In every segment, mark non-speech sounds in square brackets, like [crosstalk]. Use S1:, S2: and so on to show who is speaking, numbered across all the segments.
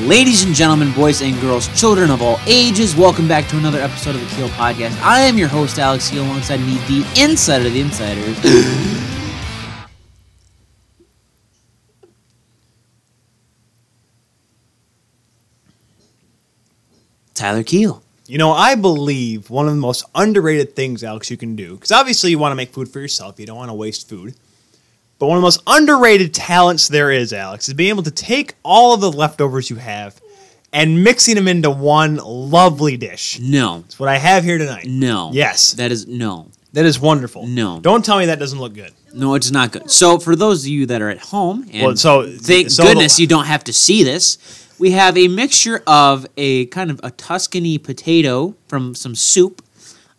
S1: Ladies and gentlemen, boys and girls, children of all ages, welcome back to another episode of the Keel Podcast. I am your host, Alex Keel, alongside me, the insider [gasps] of the insiders. Tyler Keel.
S2: You know, I believe one of the most underrated things, Alex, you can do, because obviously you want to make food for yourself, you don't want to waste food. But one of the most underrated talents there is, Alex, is being able to take all of the leftovers you have and mixing them into one lovely dish.
S1: No.
S2: That's what I have here tonight.
S1: No.
S2: Yes.
S1: That is no.
S2: That is wonderful.
S1: No.
S2: Don't tell me that doesn't look good.
S1: No, it's not good. So, for those of you that are at home, and
S2: Well, so-
S1: thank
S2: so the-
S1: goodness you don't have to see this, we have a mixture of a kind of a Tuscany potato from some soup.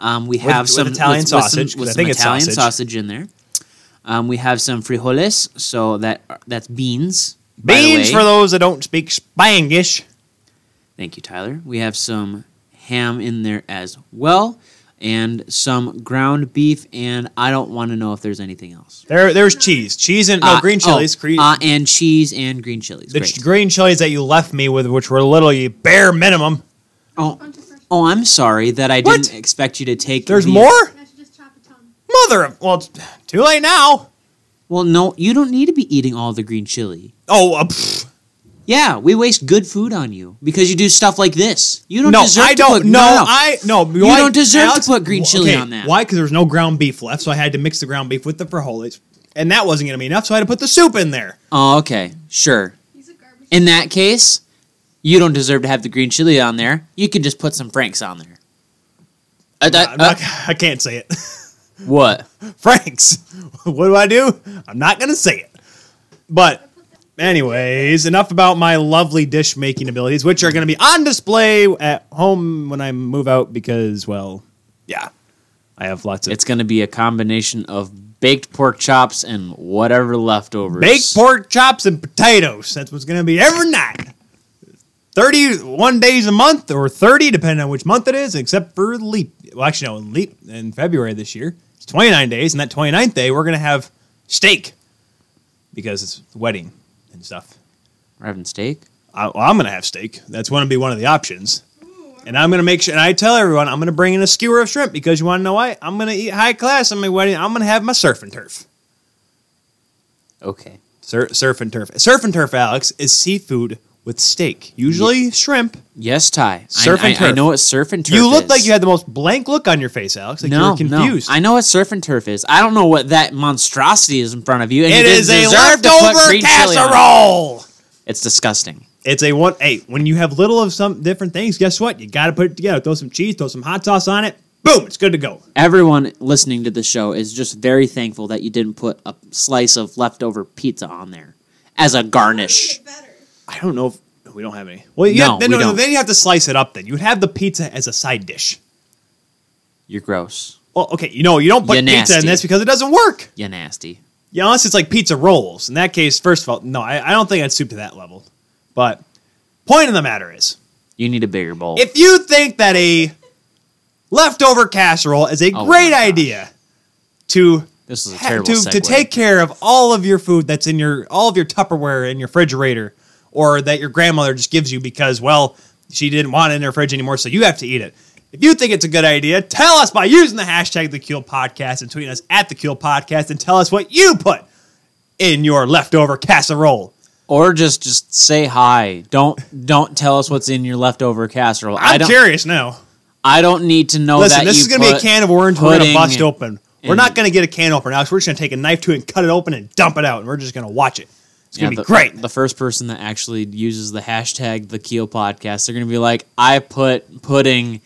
S1: Um, we have
S2: with
S1: some
S2: Italian
S1: some-
S2: sausage, 'cause
S1: with
S2: I
S1: some
S2: think it's
S1: Italian
S2: sausage.
S1: in there. Um, we have some frijoles, so that that's beans. by the
S2: Beans
S1: way.
S2: for those that don't speak Spanglish.
S1: Thank you, Tyler. We have some ham in there as well, and some ground beef. And I don't want to know if there's anything else.
S2: There, there's cheese. Cheese and no
S1: Uh,
S2: green
S1: oh,
S2: chilies. Cre-
S1: uh, and cheese and green chilies.
S2: the
S1: Great.
S2: ch- green chilies that you left me with, which were literally bare minimum.
S1: Oh, oh, I'm sorry that I
S2: What?
S1: didn't expect you to take.
S2: There's
S1: these-
S2: more?
S3: I should just chop a tongue.
S2: Mother of well, it's too late now.
S1: Well, no, you don't need to be eating all the green chili.
S2: Oh, uh, pff.
S1: Yeah, we waste good food on you because you do stuff like this. You don't
S2: no,
S1: deserve
S2: I
S1: to put
S2: don't.
S1: no,
S2: No,
S1: no, no.
S2: I no. You
S1: don't deserve to put green chili on that.
S2: Why? Because there was no ground beef left, so I had to mix the ground beef with the frijoles, and that wasn't going to be enough. So I had to put the soup in there.
S1: Oh, okay, sure.
S3: He's a garbage.
S1: In that case, you don't deserve to have the green chili on there. You could just put some franks on there. Uh, that-
S2: I'm
S1: uh,
S2: not, I can't say it. [laughs]
S1: what?
S2: Franks, [laughs] what do I do? I'm not going to say it. But, anyways, enough about my lovely dish making abilities, which are going to be on display at home when I move out because, well, yeah, I have lots of
S1: It's going to be a combination of baked pork chops and whatever leftovers.
S2: baked pork chops and potatoes. That's what's going to be every night. 31 days a month or 30, depending on which month it is, except for leap. Well, actually, no, leap in February this year. It's 29 days, and that 29th day, we're going to have steak because it's the wedding and stuff.
S1: We're having steak.
S2: I, well, I'm going to have steak. That's going to be one of the options. And I'm going to make sure, and I tell everyone, I'm going to bring in a skewer of shrimp because you want to know why? I'm going to eat high class on my wedding. I'm going to have my surf and turf.
S1: Okay.
S2: Sur- surf and turf. Surf and turf, Alex, is seafood with steak, usually shrimp.
S1: Yes, Ty. I-
S2: Surf
S1: I,
S2: and
S1: I,
S2: turf.
S1: know what surf and turf
S2: you look
S1: is.
S2: like you had the most blank look on your face, Alex. Like you were confused.
S1: I know what surf and turf is. I don't know what that monstrosity is in front of you. And
S2: It
S1: you
S2: is a
S1: didn't deserve to put
S2: leftover
S1: green chili on it.
S2: casserole.
S1: It's disgusting.
S2: It's a one. Hey, when you have little of some different things, guess what? You got to put it together. Throw some cheese, throw some hot sauce on it. Boom, it's good to go.
S1: Everyone listening to the show is just very thankful that you didn't put a slice of leftover pizza on there as a garnish.
S3: Make it better.
S2: I don't know if no, we don't have any. Well, you
S1: No,
S2: have, then,
S1: we
S2: no, no,
S1: don't.
S2: then you have to slice it up. Then you'd have the pizza as a side dish.
S1: You're gross.
S2: Well, okay, you know you don't put
S1: You're
S2: pizza in
S1: nasty.
S2: this because it doesn't work.
S1: You're nasty.
S2: Yeah, unless it's like pizza rolls. In that case, first of all, no, I, I don't think I'd stoop to that level. But point of the matter is,
S1: You need a bigger bowl.
S2: if you think that a leftover casserole is a
S1: Oh my
S2: great
S1: gosh.
S2: idea to
S1: this is a
S2: ha-
S1: terrible
S2: to,
S1: segue.
S2: to take care of all of your food that's in your all of your Tupperware in your refrigerator, or that your grandmother just gives you because well she didn't want it in her fridge anymore, so you have to eat it. If you think it's a good idea, tell us by using the hashtag the Kuehl Podcast and tweeting us at the Kuehl Podcast and tell us what you put in your leftover casserole.
S1: or just just say hi. Don't don't tell us what's in your leftover casserole. I
S2: I'm
S1: don't
S2: curious now.
S1: I don't need to know
S2: Listen,
S1: that
S2: this
S1: you
S2: is going to be a
S1: put
S2: can of worms we're going to
S1: pudding
S2: bust
S1: and-
S2: open. We're
S1: and-
S2: not going to get a can opener, Alex. We're just going to take a knife to it and cut it open and dump it out, and we're just going to watch it. It's going to
S1: the,
S2: be great.
S1: The first person that actually uses the hashtag the Keel podcast, they're gonna be like, I put pudding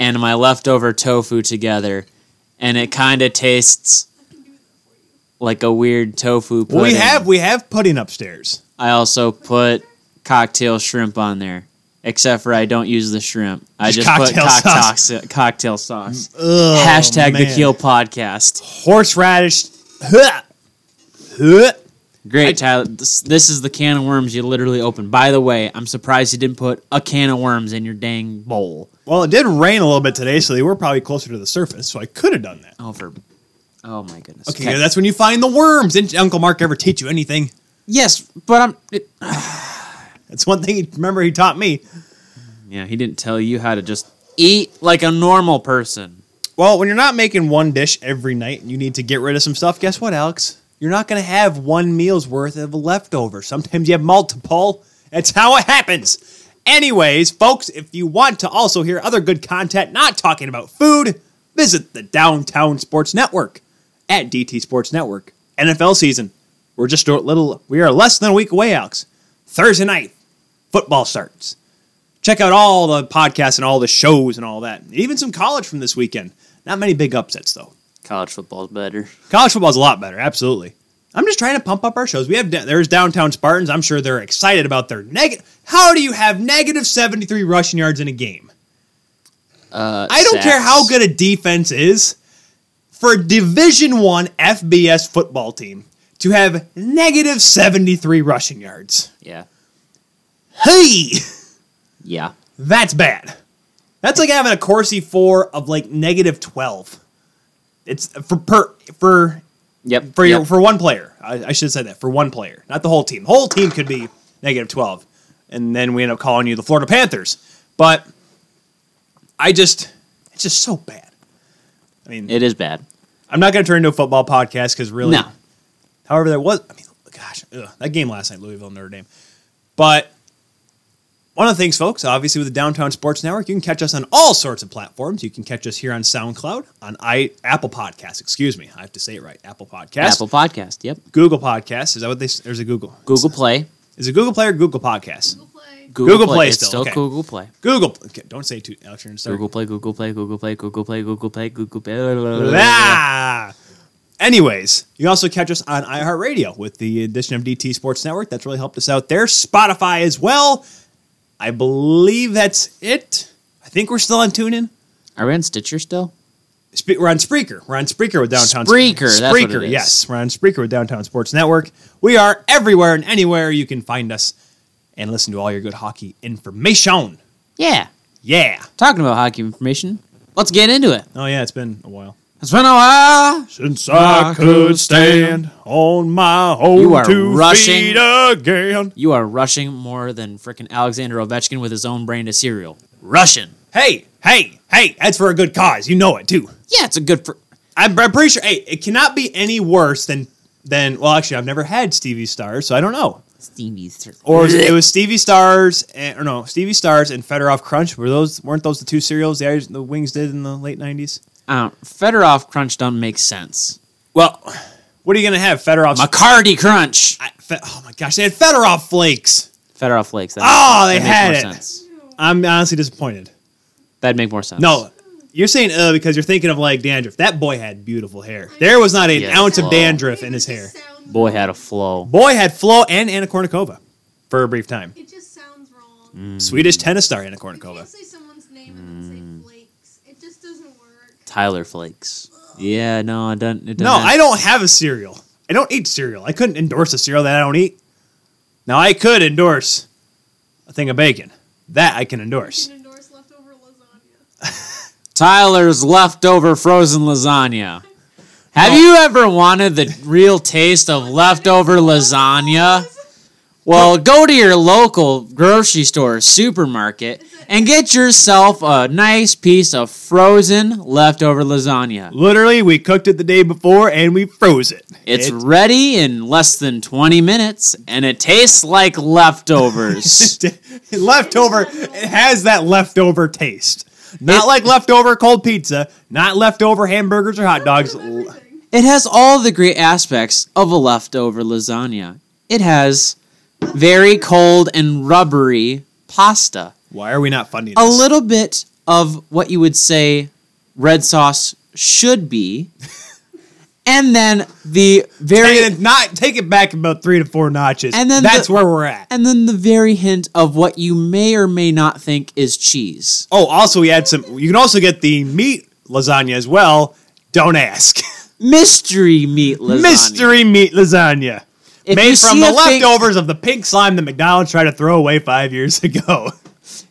S1: and my leftover tofu together, and it kind of tastes like a weird tofu pudding.
S2: Well, we have we have pudding upstairs.
S1: I also put cocktail shrimp on there, except for I don't use the shrimp. I
S2: Just
S1: just put
S2: cocktail
S1: cock-
S2: sauce.
S1: tox- cocktail sauce.
S2: Ugh,
S1: hashtag the
S2: man.
S1: Keel podcast.
S2: horseradish. Huh. Huh.
S1: Great, Tyler. This, this is the can of worms you literally opened. By the way, I'm surprised you didn't put a can of worms in your dang bowl.
S2: Well, it did rain a little bit today, so they were probably closer to the surface, so I could have done that.
S1: Oh, for oh my goodness.
S2: Okay, that's when you find the worms. Didn't Uncle Mark ever teach you anything?
S1: yes, but I'm. It,
S2: That's one thing. He, remember, he taught me.
S1: Yeah, he didn't tell you how to just eat like a normal person.
S2: Well, when you're not making one dish every night and you need to get rid of some stuff, guess what, Alex? You're not going to have one meal's worth of leftover. Sometimes you have multiple. That's how it happens. Anyways, folks, if you want to also hear other good content not talking about food, visit the Downtown Sports Network at DT Sports Network. NFL season. We're just a little, we are less than a week away, Alex. Thursday night, football starts check out all the podcasts and all the shows and all that. Even some college from this weekend. Not many big upsets though.
S1: College football's better.
S2: College football's a lot better, absolutely. I'm just trying to pump up our shows. We have there's downtown Spartans. I'm sure they're excited about their negative. How do you have negative 73 rushing yards in a game?
S1: Uh,
S2: I don't
S1: sacks.
S2: care how good a defense is for a Division One FBS football team to have negative 73 rushing yards.
S1: Yeah,
S2: Hey.
S1: yeah.
S2: That's bad. That's like having a Corsi four of like negative twelve. It's uh, for per for
S1: Yep.
S2: for your
S1: yep.
S2: for one player. I, I should say that for one player, not the whole team. The whole team could be negative twelve, and then we end up calling you the Florida Panthers. But I just it's just so bad. I mean,
S1: It is bad.
S2: I'm not going to turn into a football podcast because really,
S1: No.
S2: However, that was I mean, gosh, ugh, that game last night, Louisville Notre Dame. But one of the things, folks, obviously with the Downtown Sports Network, you can catch us on all sorts of platforms. You can catch us here on SoundCloud, on I Apple Podcasts. Excuse me, I have to say it right. Apple Podcasts,
S1: Apple Podcast. Yep.
S2: Google Podcasts. Is that what they? s- There's a Google.
S1: Google Play.
S2: Is it Google Play or Google Podcasts?
S3: Google Play.
S2: Google Play
S1: It's
S2: still,
S1: still
S2: okay.
S1: Google Play.
S2: Google. Okay, don't say it too. Alex, you're gonna start.
S1: Google Play. Google Play. Google Play. Google Play. Google Play. Google Play.
S2: Ah. Anyways, you can also catch us on iHeartRadio with the addition of DT Sports Network. That's really helped us out there. Spotify as well. I believe that's it. I think we're still on TuneIn.
S1: Are we on Stitcher still?
S2: Spe- we're on Spreaker. We're on Spreaker with Downtown
S1: Spreaker, that's what it
S2: Spreaker,
S1: is.
S2: yes. We're on Spreaker with Downtown Sports Network. We are everywhere and anywhere you can find us and listen to all your good hockey information.
S1: Yeah.
S2: Yeah.
S1: Talking about hockey information. Let's get into it.
S2: Oh, yeah, it's been a while.
S1: It's been a while.
S2: Since
S1: I could stand
S2: on my own
S1: You are two rushing. feet
S2: again.
S1: You are rushing more than freaking Alexander Ovechkin with his own brand of cereal. Russian.
S2: Hey, hey, hey, that's for a good cause. You know it too.
S1: Yeah, it's a good. Fr-
S2: I'm, I'm pretty sure. Hey, it cannot be any worse than than. Well, actually, I've never had Stevie Stars, so I don't know.
S1: Steamy cereal.
S2: Or it was Stevie Stars, and, or no, Stevie Stars and Fedorov Crunch. Were those weren't those the two cereals the, Irish- the Wings did in the late '90s?
S1: Uh, Fedorov Crunch don't make sense.
S2: Well, what are you gonna have? Fedorov's.
S1: McCarty Crunch.
S2: I- Fe- oh my gosh, they had Fedorov flakes.
S1: Fedorov Flakes. That
S2: Oh,
S1: that
S2: they
S1: makes
S2: had
S1: more
S2: it.
S1: Sense.
S2: I'm honestly disappointed.
S1: That'd make more sense.
S2: No, you're saying uh because you're thinking of like dandruff. That boy had beautiful hair. There was not an
S1: Yeah,
S2: ounce
S1: flow.
S2: of dandruff in his
S3: It
S2: hair.
S3: just sounds-
S1: Boy had a flow.
S2: Boy had Flo and Anna Kournikova for a brief time.
S3: It just sounds wrong.
S1: Mm,
S2: Swedish tennis star Anna
S3: You can't
S2: Kournikova.
S3: say someone's name and
S1: Mm.
S3: then say flakes. It just doesn't work.
S1: Tyler Flakes. Yeah, no, it doesn't. It doesn't
S2: No, I don't have a cereal. I don't eat cereal. I couldn't endorse a cereal that I don't eat. Now I could endorse a thing of bacon. That I can
S3: You
S2: endorse.
S3: can endorse leftover lasagna.
S1: Tyler's leftover frozen lasagna. Have you ever wanted the real taste of leftover
S3: [laughs]
S1: lasagna? Well, go to your local grocery store or supermarket and get yourself a nice piece of frozen leftover lasagna.
S2: Literally, we cooked it the day before and we froze it.
S1: It's
S2: It-
S1: ready in less than 20 minutes and it tastes like leftovers.
S2: [laughs] leftover. It has that leftover taste. Not like leftover cold pizza. Not leftover hamburgers or hot dogs. L-
S3: Everything.
S1: It has all the great aspects of a leftover lasagna. It has very cold and rubbery pasta,
S2: Why are we not funding
S1: a
S2: this?
S1: little bit of what you would say red sauce should be, and then the
S2: Take
S1: very
S2: it, not take it back about three to four notches.
S1: And
S2: And
S1: then
S2: then that's
S1: the-
S2: where we're at.
S1: and then the very hint of what you may or may not think is cheese.
S2: Oh, also we had some. You can also get the meat lasagna as well. Don't ask.
S1: Mystery meat lasagna.
S2: Mystery meat lasagna.
S1: If you
S2: Made
S1: see
S2: from the
S1: a thing-
S2: leftovers of the pink slime that McDonald's tried to throw away five years [laughs] ago.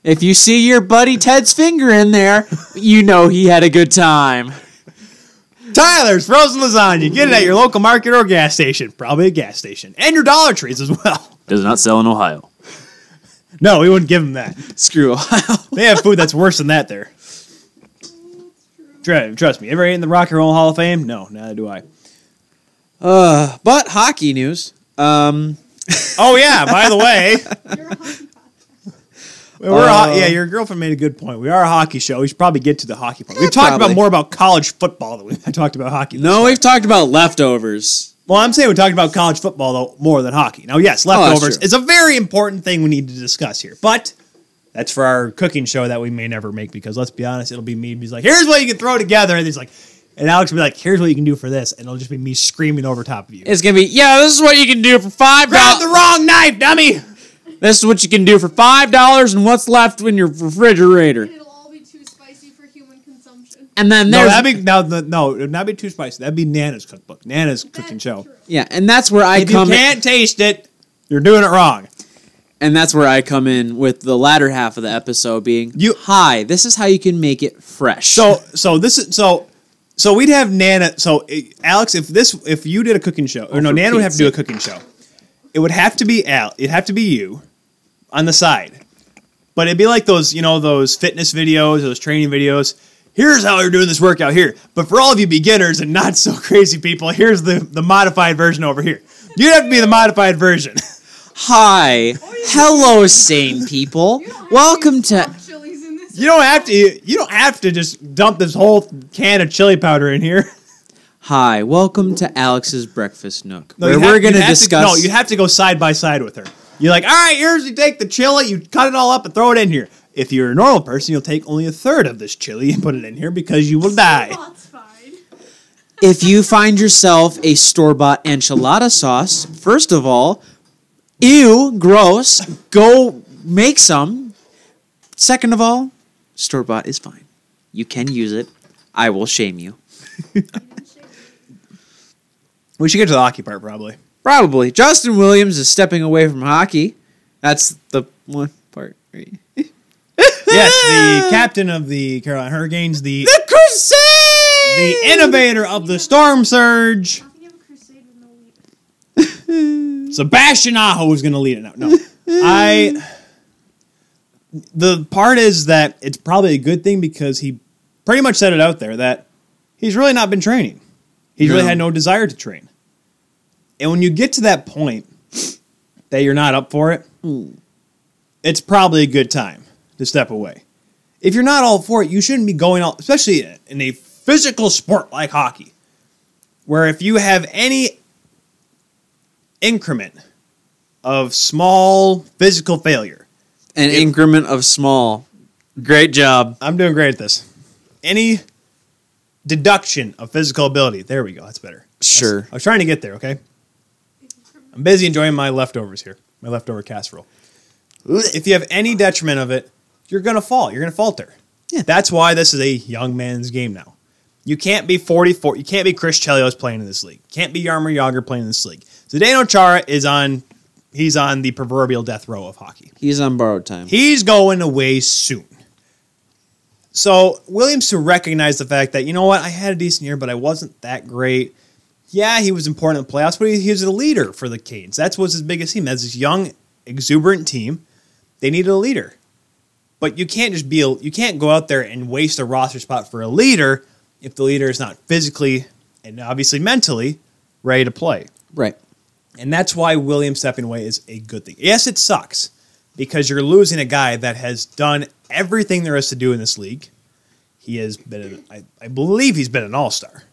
S1: If you see your buddy Ted's finger in there, you know he had a good time.
S2: Tyler's frozen lasagna. Get it at your local market or gas station. Probably a gas station. And your Dollar Trees as well. [laughs]
S1: Does not sell in Ohio.
S2: No, we wouldn't give them that.
S1: Screw Ohio.
S2: They have food that's worse than that there. Trust, trust me. Ever ate in the Rock and Roll Hall of Fame? No, neither do I.
S1: Uh, but hockey news. Um,
S2: Oh yeah. By the way,
S3: You're a hockey podcast.
S2: we're a ho-
S1: Uh,
S2: yeah. Your girlfriend made a good point. We are a hockey show. We should probably get to the hockey part. We've talked about
S1: Probably.
S2: more about college football than we [laughs] talked about hockey.
S1: no, we've talked about leftovers.
S2: Well, I'm saying we talked about college football though more than hockey. Now, yes,
S1: Oh, that's
S2: leftovers
S1: true.
S2: is a very important thing we need to discuss here, but that's for our cooking show that we may never make because let's be honest, it'll be me. He's like, "Here's what you can throw together," and he's like, and Alex will be like, "Here's what you can do for this," and it'll just be me screaming over top of you.
S1: It's gonna be yeah. This is what you can do for five
S2: Grab the
S1: dollars.
S2: wrong knife, dummy.
S1: This is what you can do for five dollars, and what's left in your refrigerator.
S3: And it'll all be too spicy for human consumption.
S1: And then
S2: No,
S1: there's
S2: that'd be no, no, no, it'd not be too spicy. That'd be Nana's cookbook, Nana's cooking
S3: That's
S2: show.
S3: true.
S1: yeah, and that's where I
S2: If you
S1: come. in-
S2: can't taste it, you're doing it wrong.
S1: And that's where I come in with the latter half of the episode being
S2: You-
S1: hi, this is how you can make it fresh.
S2: So so this is so so we'd have Nana. So eh, Alex, if this if you did a cooking show, or no,
S1: Oh, for
S2: Nana would have
S1: Pete's
S2: to do a cooking show. It would have to be Al. It'd have to be you on the side. But it'd be like those you know those fitness videos, those training videos. Here's how you're doing this workout here. But for all of you beginners and not so [laughs] crazy people, here's the the modified version over here. You'd have to be the modified version. [laughs]
S1: hi, hello, sane people.
S3: You don't have
S1: Welcome
S3: use
S1: to
S3: hot chilies in this.
S2: You don't have to. You don't have to just dump this whole can of chili powder in here. [laughs]
S1: hi, welcome to Alex's breakfast nook,
S2: No,
S1: where
S2: you have-
S1: we're going
S2: you
S1: to
S2: have
S1: discuss.
S2: no, you have to go side by side with her. You're like, all right, here's you take the chili, you cut it all up and throw it in here. If you're a normal person, you'll take only a third of this chili and put it in here because you will die.
S3: That's fine.
S1: if you find yourself a store bought enchilada sauce, first of all, ew, gross. Go make some. Second of all, store bought is fine. You can use it. I will shame you.
S2: We should get to the hockey part probably.
S1: Probably. Justin Williams is stepping away from hockey. That's the one part. right?
S2: [laughs] Yes, [laughs] the captain of the Carolina Hurricanes, the
S1: Crusade!
S2: the innovator of the storm surge,
S3: How can you have a crusade with no leader?
S2: Sebastian Aho is going to lead it. No, no, I. The part is that it's probably a good thing because he pretty much said it out there that he's really not been training. He's really
S1: No.
S2: had no desire to train. And when you get to that point that you're not up for it, it's probably a good time to step away. If you're not all for it, you shouldn't be going out, especially in a physical sport like hockey, where if you have any increment of small physical failure,
S1: An increment of small. Great job.
S2: I'm doing great at this. Any deduction of physical ability, there we go, that's better.
S1: Sure.
S2: I was trying to get there, okay? I'm busy enjoying my leftovers here, my leftover casserole. If you have any detriment of it, you're going to fall. You're going to falter.
S1: Yeah.
S2: That's why this is a young man's game now. You can't be 44. You can't be Chris Chelios playing in this league. Can't be Yarmer Yager playing in this league. So Zdeno Chara is on, he's on the proverbial death row of hockey.
S1: He's on borrowed time.
S2: He's going away soon. So Williams to recognize the fact that you know what I had a decent year, but I wasn't that great. Yeah, he was important in the playoffs, but he, he was a leader for the Canes. That's what's his biggest team. That's his young, exuberant team. They needed a leader, but you can't just be a, you can't go out there and waste a roster spot for a leader if the leader is not physically and obviously mentally ready to play.
S1: right.
S2: And that's why Williams stepping away is a good thing. Yes, it sucks because you're losing a guy that has done everything there is to do in this league. He has been, an, I, I believe he's been an all star.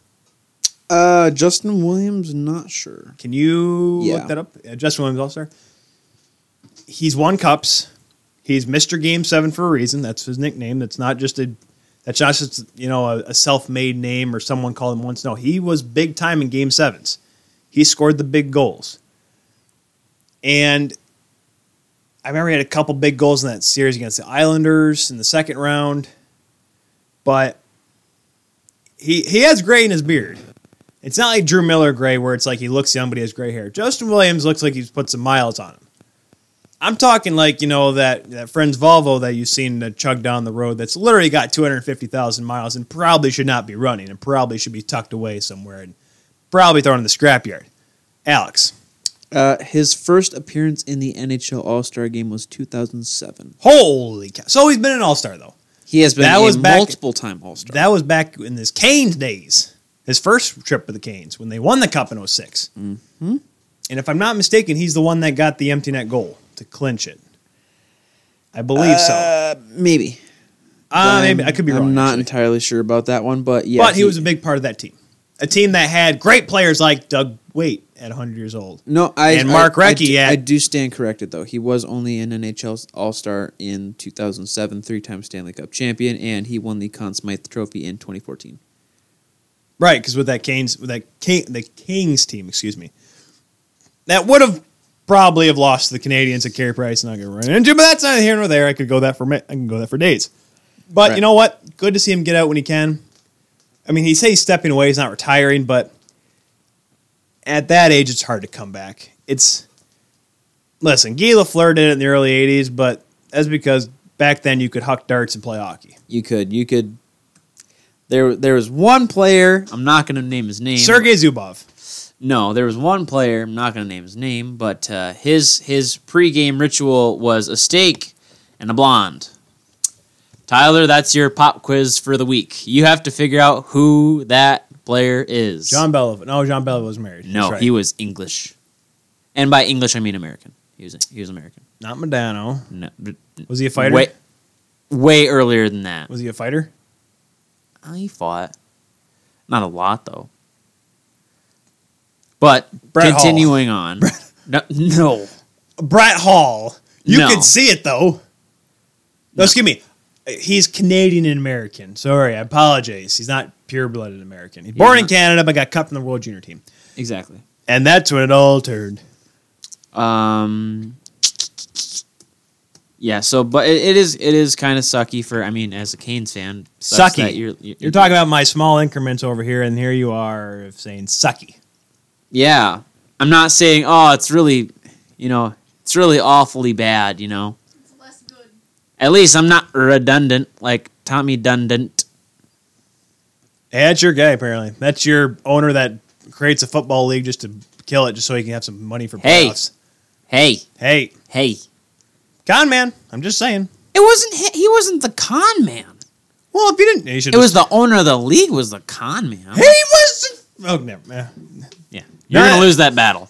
S1: Uh, Justin Williams, not sure.
S2: Can you
S1: Yeah.
S2: look that up? Uh, Justin Williams all star. He's won cups. He's Mr. Game Seven for a reason. That's his nickname. That's not just a that's not just you know a, a self made name or someone called him once. No, he was big time in Game Sevens. He scored the big goals, and I remember he had a couple big goals in that series against the Islanders in the second round. But he he has gray in his beard. It's not like Drew Miller gray, where it's like he looks young but he has gray hair. Justin Williams looks like he's put some miles on him. I'm talking like you know that that friend's Volvo that you've seen that chug down the road that's literally got 250,000 miles and probably should not be running and probably should be tucked away somewhere and probably thrown in the scrapyard. Alex,
S4: Uh, his first appearance in the NHL All Star game was 2007.
S2: Holy cow! So he's been an all star though.
S4: He has been
S2: That
S4: a
S2: was back-
S4: multiple time All Star.
S2: That was back in his Canes days. His first trip with the Canes when they won the Cup in 6 Mm-hmm. And if I'm not mistaken, he's the one that got the empty net goal to clinch it. I believe so.
S4: Maybe.
S2: Uh, maybe I
S4: I'm-
S2: could be
S4: I'm
S2: wrong.
S4: not
S2: actually.
S4: entirely sure about that one, but yeah.
S2: but he, was a big part of that team. A team that had great players like Doug Waite at 100 years old.
S4: No, I
S2: and Mark
S4: I, I,
S2: Recchi
S4: do-
S2: at-
S4: I do stand corrected though. He was only an NHL All Star in 2007, three-time Stanley Cup champion, and he won the Conn Smythe Trophy in 2014.
S2: Right, because with that Canes, with that King, the Kings team, excuse me, that would have probably have lost to the Canadians at Carey Price and I could run into, but that's neither here nor there. I could go that for mi- I can go that for days. But
S4: Right.
S2: you know what? Good to see him get out when he can. I mean, he says he's stepping away, he's not retiring, but at that age, it's hard to come back. It's listen, Guy Lafleur did it in the early '80s, but that's because back then you could huck darts and play hockey.
S4: You could, you could. There, there was one player. I'm not going to name his name.
S2: Sergei Zubov.
S1: No, there was one player. I'm not going to name his name, but uh, his his pregame ritual was a steak and a blonde. Tyler, that's your pop quiz for the week. You have to figure out who that player is.
S2: John Beliveau. No, John Beliveau was married.
S1: No,
S2: That's right.
S1: he was English, and by English I mean American. He was he was American.
S2: Not Medano.
S1: No, b-
S2: Was he a fighter?
S1: Way, way earlier than that.
S2: Was he a fighter?
S1: Uh, he fought. Not a lot though. But
S2: Brett Hall.
S1: continuing
S2: [laughs]
S1: on. No, no.
S2: Brett Hall. You
S1: No.
S2: could see it though. No, excuse me. He's Canadian and American. Sorry, I apologize. He's not pure blooded American. He's born in
S1: not.
S2: Canada, but got cut from the World Junior team.
S1: Exactly.
S2: And that's when it all turned.
S1: Um Yeah, so but it, it is it is kind of sucky for I mean as a Canes fan, sucks
S2: Sucky.
S1: that You're, you're,
S2: You're talking about my small increments over here, and here you are saying sucky.
S1: Yeah. I'm not saying oh it's really you know, it's really awfully bad, you know.
S3: It's less good.
S1: At least I'm not redundant like Tommy Dundant.
S2: Yeah, that's your guy, apparently. That's your owner that creates a football league just to kill it, just so he can have some money for
S1: Hey.
S2: playoffs.
S1: Hey,
S2: Hey,
S1: hey.
S2: con man. I'm just saying.
S1: It wasn't he, he wasn't the con man.
S2: Well, if you didn't, you should
S1: It was the owner of the league was the con man.
S2: He was. Oh, never. eh.
S1: Yeah. You're going
S2: Nah.
S1: to lose that battle.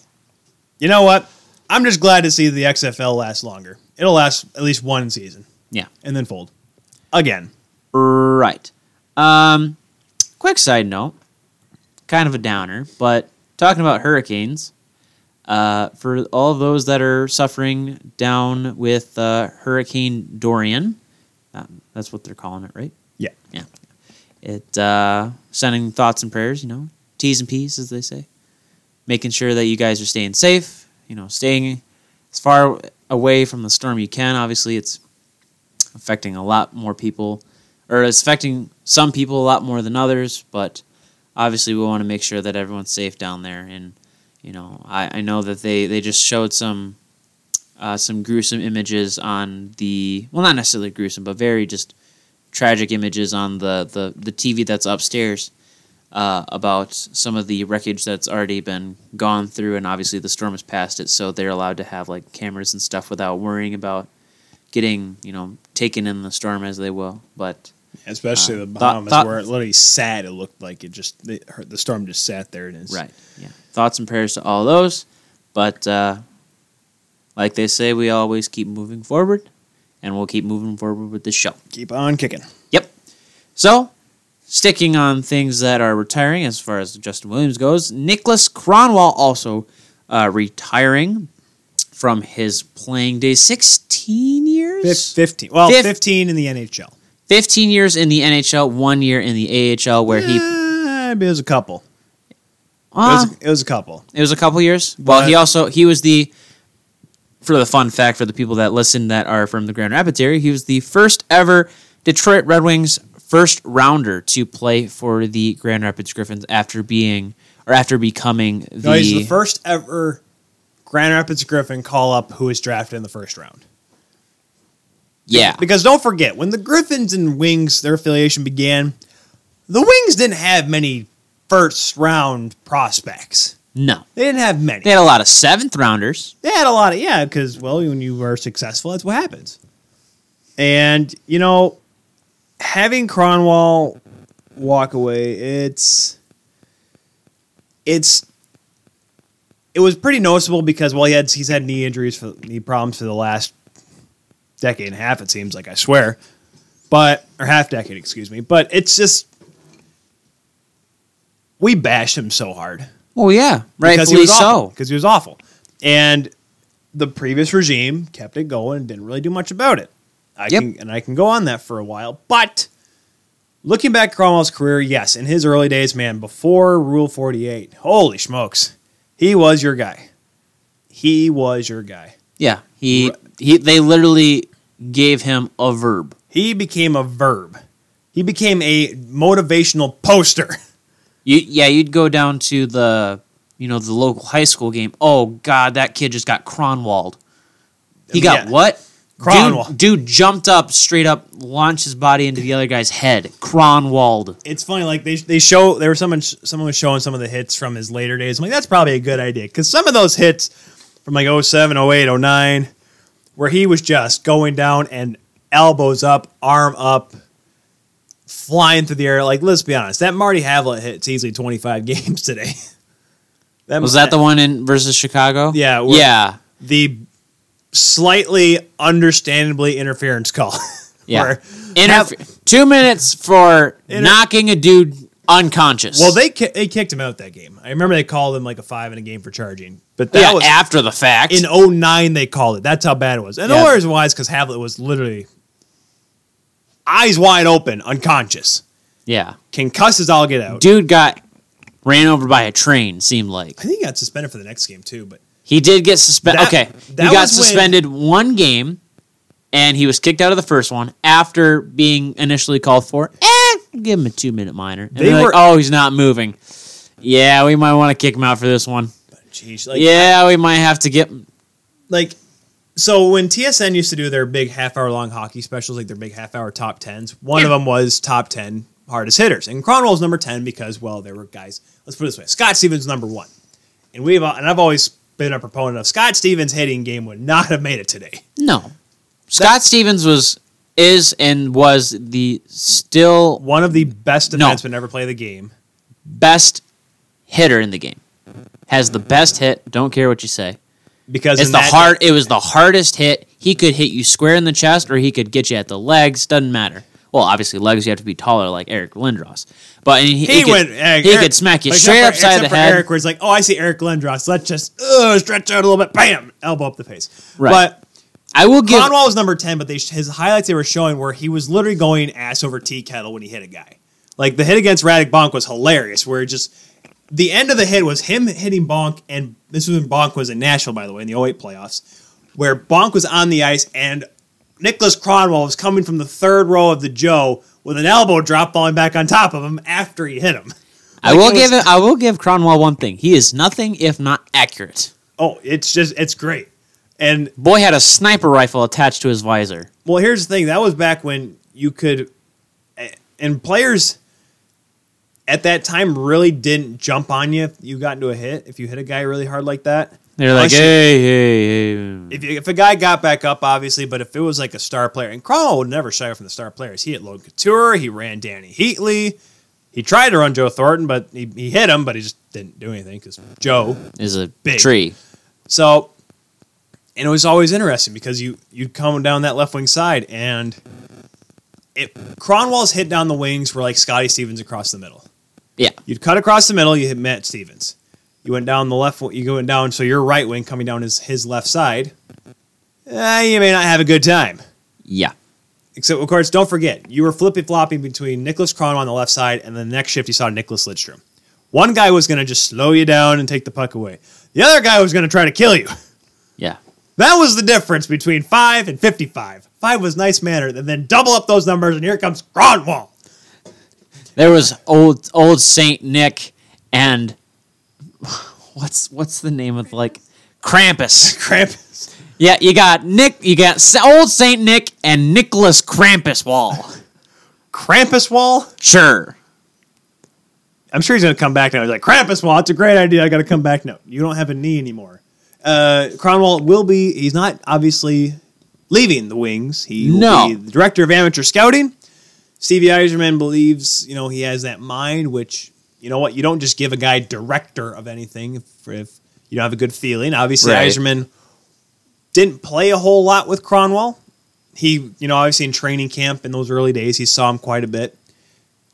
S2: You know what? I'm just glad to see the XFL last longer. It'll last at least one season
S1: Yeah.
S2: and then fold again.
S1: Right. Um quick side note. Kind of a downer, but talking about hurricanes, uh, for all those that are suffering down with uh, Hurricane Dorian, um, that's what they're calling it, right?
S2: Yeah.
S1: Yeah. It uh, sending thoughts and prayers, you know, T's and P's as they say, making sure that you guys are staying safe, you know, staying as far away from the storm you can. Obviously, it's affecting a lot more people, or it's affecting some people a lot more than others. But obviously, we want to make sure that everyone's safe down there. And you know, I, I know that they they just showed some. Uh, some gruesome images on the well, not necessarily gruesome, but very just tragic images on the, the, the TV that's upstairs uh, about some of the wreckage that's already been gone through, and obviously the storm has passed it, so they're allowed to have like cameras and stuff without worrying about getting you know taken in the storm as they will. But
S2: Especially
S1: Uh,
S2: the
S1: thought-
S2: Bahamas,
S1: thought-
S2: where it literally sat. It looked like it just the, her- the storm just sat there and it's
S1: right, yeah, thoughts and prayers to all those. But uh, like they say, we always keep moving forward, and we'll keep moving forward with the show.
S2: keep on kicking.
S1: So, sticking on things that are retiring as far as Justin Williams goes, Nicholas Cronwall also uh, retiring from his playing days. 16
S2: Fif-
S1: years?
S2: Fifteen. Well,
S1: Fif-
S2: fifteen in the NHL.
S1: 15 years in the NHL, one year in the AHL, where he.
S2: Eh, it was a couple.
S1: Uh,
S2: it, was, it was a couple.
S1: It was a couple years. Well, he
S2: But-
S1: also he was the for the fun fact for the people that listen that are from the Grand Rapids area, he was the first ever Detroit Red Wings first rounder to play for the Grand Rapids Griffins after being or after becoming the,
S2: No, he's the first ever Grand Rapids Griffin call up who was drafted in the first round.
S1: yeah
S2: Because don't forget, when the Griffins and Wings, their affiliation began, the Wings didn't have many first round prospects.
S1: No.
S2: They didn't have many.
S1: They had a lot of seventh rounders.
S2: They had a lot of yeah, because well, when you are successful, that's what happens. And you know, having Cronwall walk away, it's it's it was pretty noticeable because well, he had he's had knee injuries for knee problems for the last decade and a half. It seems like I swear, but or half decade, excuse me. But it's just we bashed him so hard
S1: Well, yeah, rightfully so.
S2: because he was awful. And the previous regime kept it going and didn't really do much about it. I
S1: Yep.
S2: can, and I can go on that for a while. But looking back at Cromwell's career, yes, in his early days, man, before Rule 48, holy smokes, he was your guy. He was your guy.
S1: Yeah, he he. They literally gave him a verb.
S2: He became a verb. He became a motivational poster.
S1: You yeah, you'd go down to the you know the local high school game. Oh God, that kid just got Cronwalled. He got
S2: Yeah.
S1: what?
S2: Cronwall.
S1: Dude, dude jumped up, straight up, launched his body into the other guy's head. Cronwalled.
S2: it's funny. Like they they show there was someone someone was showing some of the hits from his later days. I'm like that's probably a good idea because some of those hits from like 07, 08, 09, where he was just going down and elbows up, arm up, flying through the air. Like let's be honest, that Marty Havlat hits easily 25 [laughs] games today. that
S1: Was that the one in versus Chicago?
S2: Yeah, we're-
S1: yeah,
S2: the slightly understandably interference call? [laughs]
S1: yeah.
S2: where-
S1: Interfe- two minutes for
S2: Inter-
S1: knocking a dude unconscious.
S2: well, they ki- they kicked him out that game. I remember they called him like a five in a game for charging, but that
S1: Oh, yeah,
S2: was
S1: after the fact.
S2: in 09 they called it. That's how bad it was. And the
S1: Yeah.
S2: only reason why is because Havlat was literally eyes wide open, unconscious.
S1: yeah,
S2: Can cuss his all get out.
S1: dude got ran over by a train. Seemed like
S2: I think he got suspended for the next game too, but
S1: he did get suspended.
S2: That-
S1: Okay,
S2: that
S1: he got
S2: was when-
S1: suspended one game, and he was kicked out of the first one after being initially called for. Eh, give him a two minute minor. And
S2: They
S1: they're like,
S2: were-
S1: oh, he's not moving. Yeah, we might want to kick him out for this one.
S2: jeez, like,
S1: yeah, we might have to get.
S2: like so when TSN used to do their big half hour long hockey specials, like their big half hour top tens, one of them was top ten hardest hitters, and Cronwell's number ten because well, there were guys. Let's put it this way: Scott Stevens number one, and we've and I've always been a proponent of Scott Stevens hitting game would not have made it today.
S1: No, Scott Stevens was is and was the still
S2: One of the best
S1: No.
S2: defensemen to ever play the game.
S1: best hitter in the game. Has the best hit. Don't care what you say.
S2: because
S1: It's
S2: in
S1: the
S2: that-
S1: hard. It was the hardest hit. He could hit you square in the chest, or he could get you at the legs. Doesn't matter. Well, obviously, legs you have to be taller, like Eric Lindros. But and he,
S2: He,
S1: could,
S2: went. eh,
S1: he
S2: Eric-
S1: could smack you
S2: except
S1: straight
S2: for-
S1: upside
S2: except
S1: the
S2: for
S1: head.
S2: Eric was like, "Oh, I see Eric Lindros. Let's just uh, stretch out a little bit. Bam, elbow up the face."
S1: Right.
S2: But
S1: I will give.
S2: Conwell was number ten, but they sh- his highlights they were showing where he was literally going ass over tea kettle when he hit a guy. Like the hit against Radic Bonk was hilarious, where it just the end of the hit was him hitting Bonk, and this was when Bonk was in Nashville, by the way, in the 08 playoffs, where Bonk was on the ice and Nicholas Cronwell was coming from the third row of the Joe with an elbow drop falling back on top of him after he hit him.
S1: I
S2: Like,
S1: will
S2: it was-
S1: give. him- I will give Cronwell one thing. He is nothing if not accurate.
S2: Oh, it's just it's great. And
S1: Boy had a sniper rifle attached to his visor.
S2: Well, here's the thing. That was back when you could, and players at that time really didn't jump on you. If you got into a hit, if you hit a guy really hard like that,
S1: They're like,
S2: Unless you-
S1: hey, hey, hey.
S2: if, you, if a guy got back up, obviously, but if it was like a star player, and Cronwell would never shy from the star players. He hit Logan Couture. He ran Danny Heatley. He tried to run Joe Thornton, but he, he hit him, but he just didn't do anything because Joe
S1: Is a
S2: Big.
S1: tree.
S2: So, and it was always interesting because you you'd come down that left wing side, and it Cronwall's hit down the wings were like Scotty Stevens across the middle.
S1: Yeah.
S2: You'd cut across the middle, you hit Matt Stevens. You went down the left, you went down, so your right wing coming down is his left side. Eh, you may not have a good time.
S1: Yeah.
S2: Except, of course, don't forget, you were flippy flopping between Nicholas Cronwall on the left side, and the next shift you saw Nicholas Lidstrom. One guy was going to just slow you down and take the puck away, the other guy was going to try to kill you. [laughs]
S1: Yeah.
S2: That was the difference between five and fifty-five. Five was nice mannered, and then double up those numbers, and here comes Cronwall.
S1: There was old old Saint Nick and what's what's the name of like Krampus.
S2: Krampus.
S1: Yeah, you got Nick, you got S- old Saint Nick and Nicholas Krampus Wall.
S2: Krampus Wall.
S1: Sure.
S2: I'm sure he's going to come back now. He's like, Krampus, well, it's a great idea. I got to come back. No, you don't have a knee anymore. Uh, Cronwall will be, he's not obviously leaving the wings. He will
S1: No.
S2: be the director of amateur scouting. Stevie Eiserman believes, you know, he has that mind, which, you know what, you don't just give a guy director of anything if, if you don't have a good feeling. Obviously,
S1: Right.
S2: Eiserman didn't play a whole lot with Cronwall. He, you know, obviously in training camp in those early days, he saw him quite a bit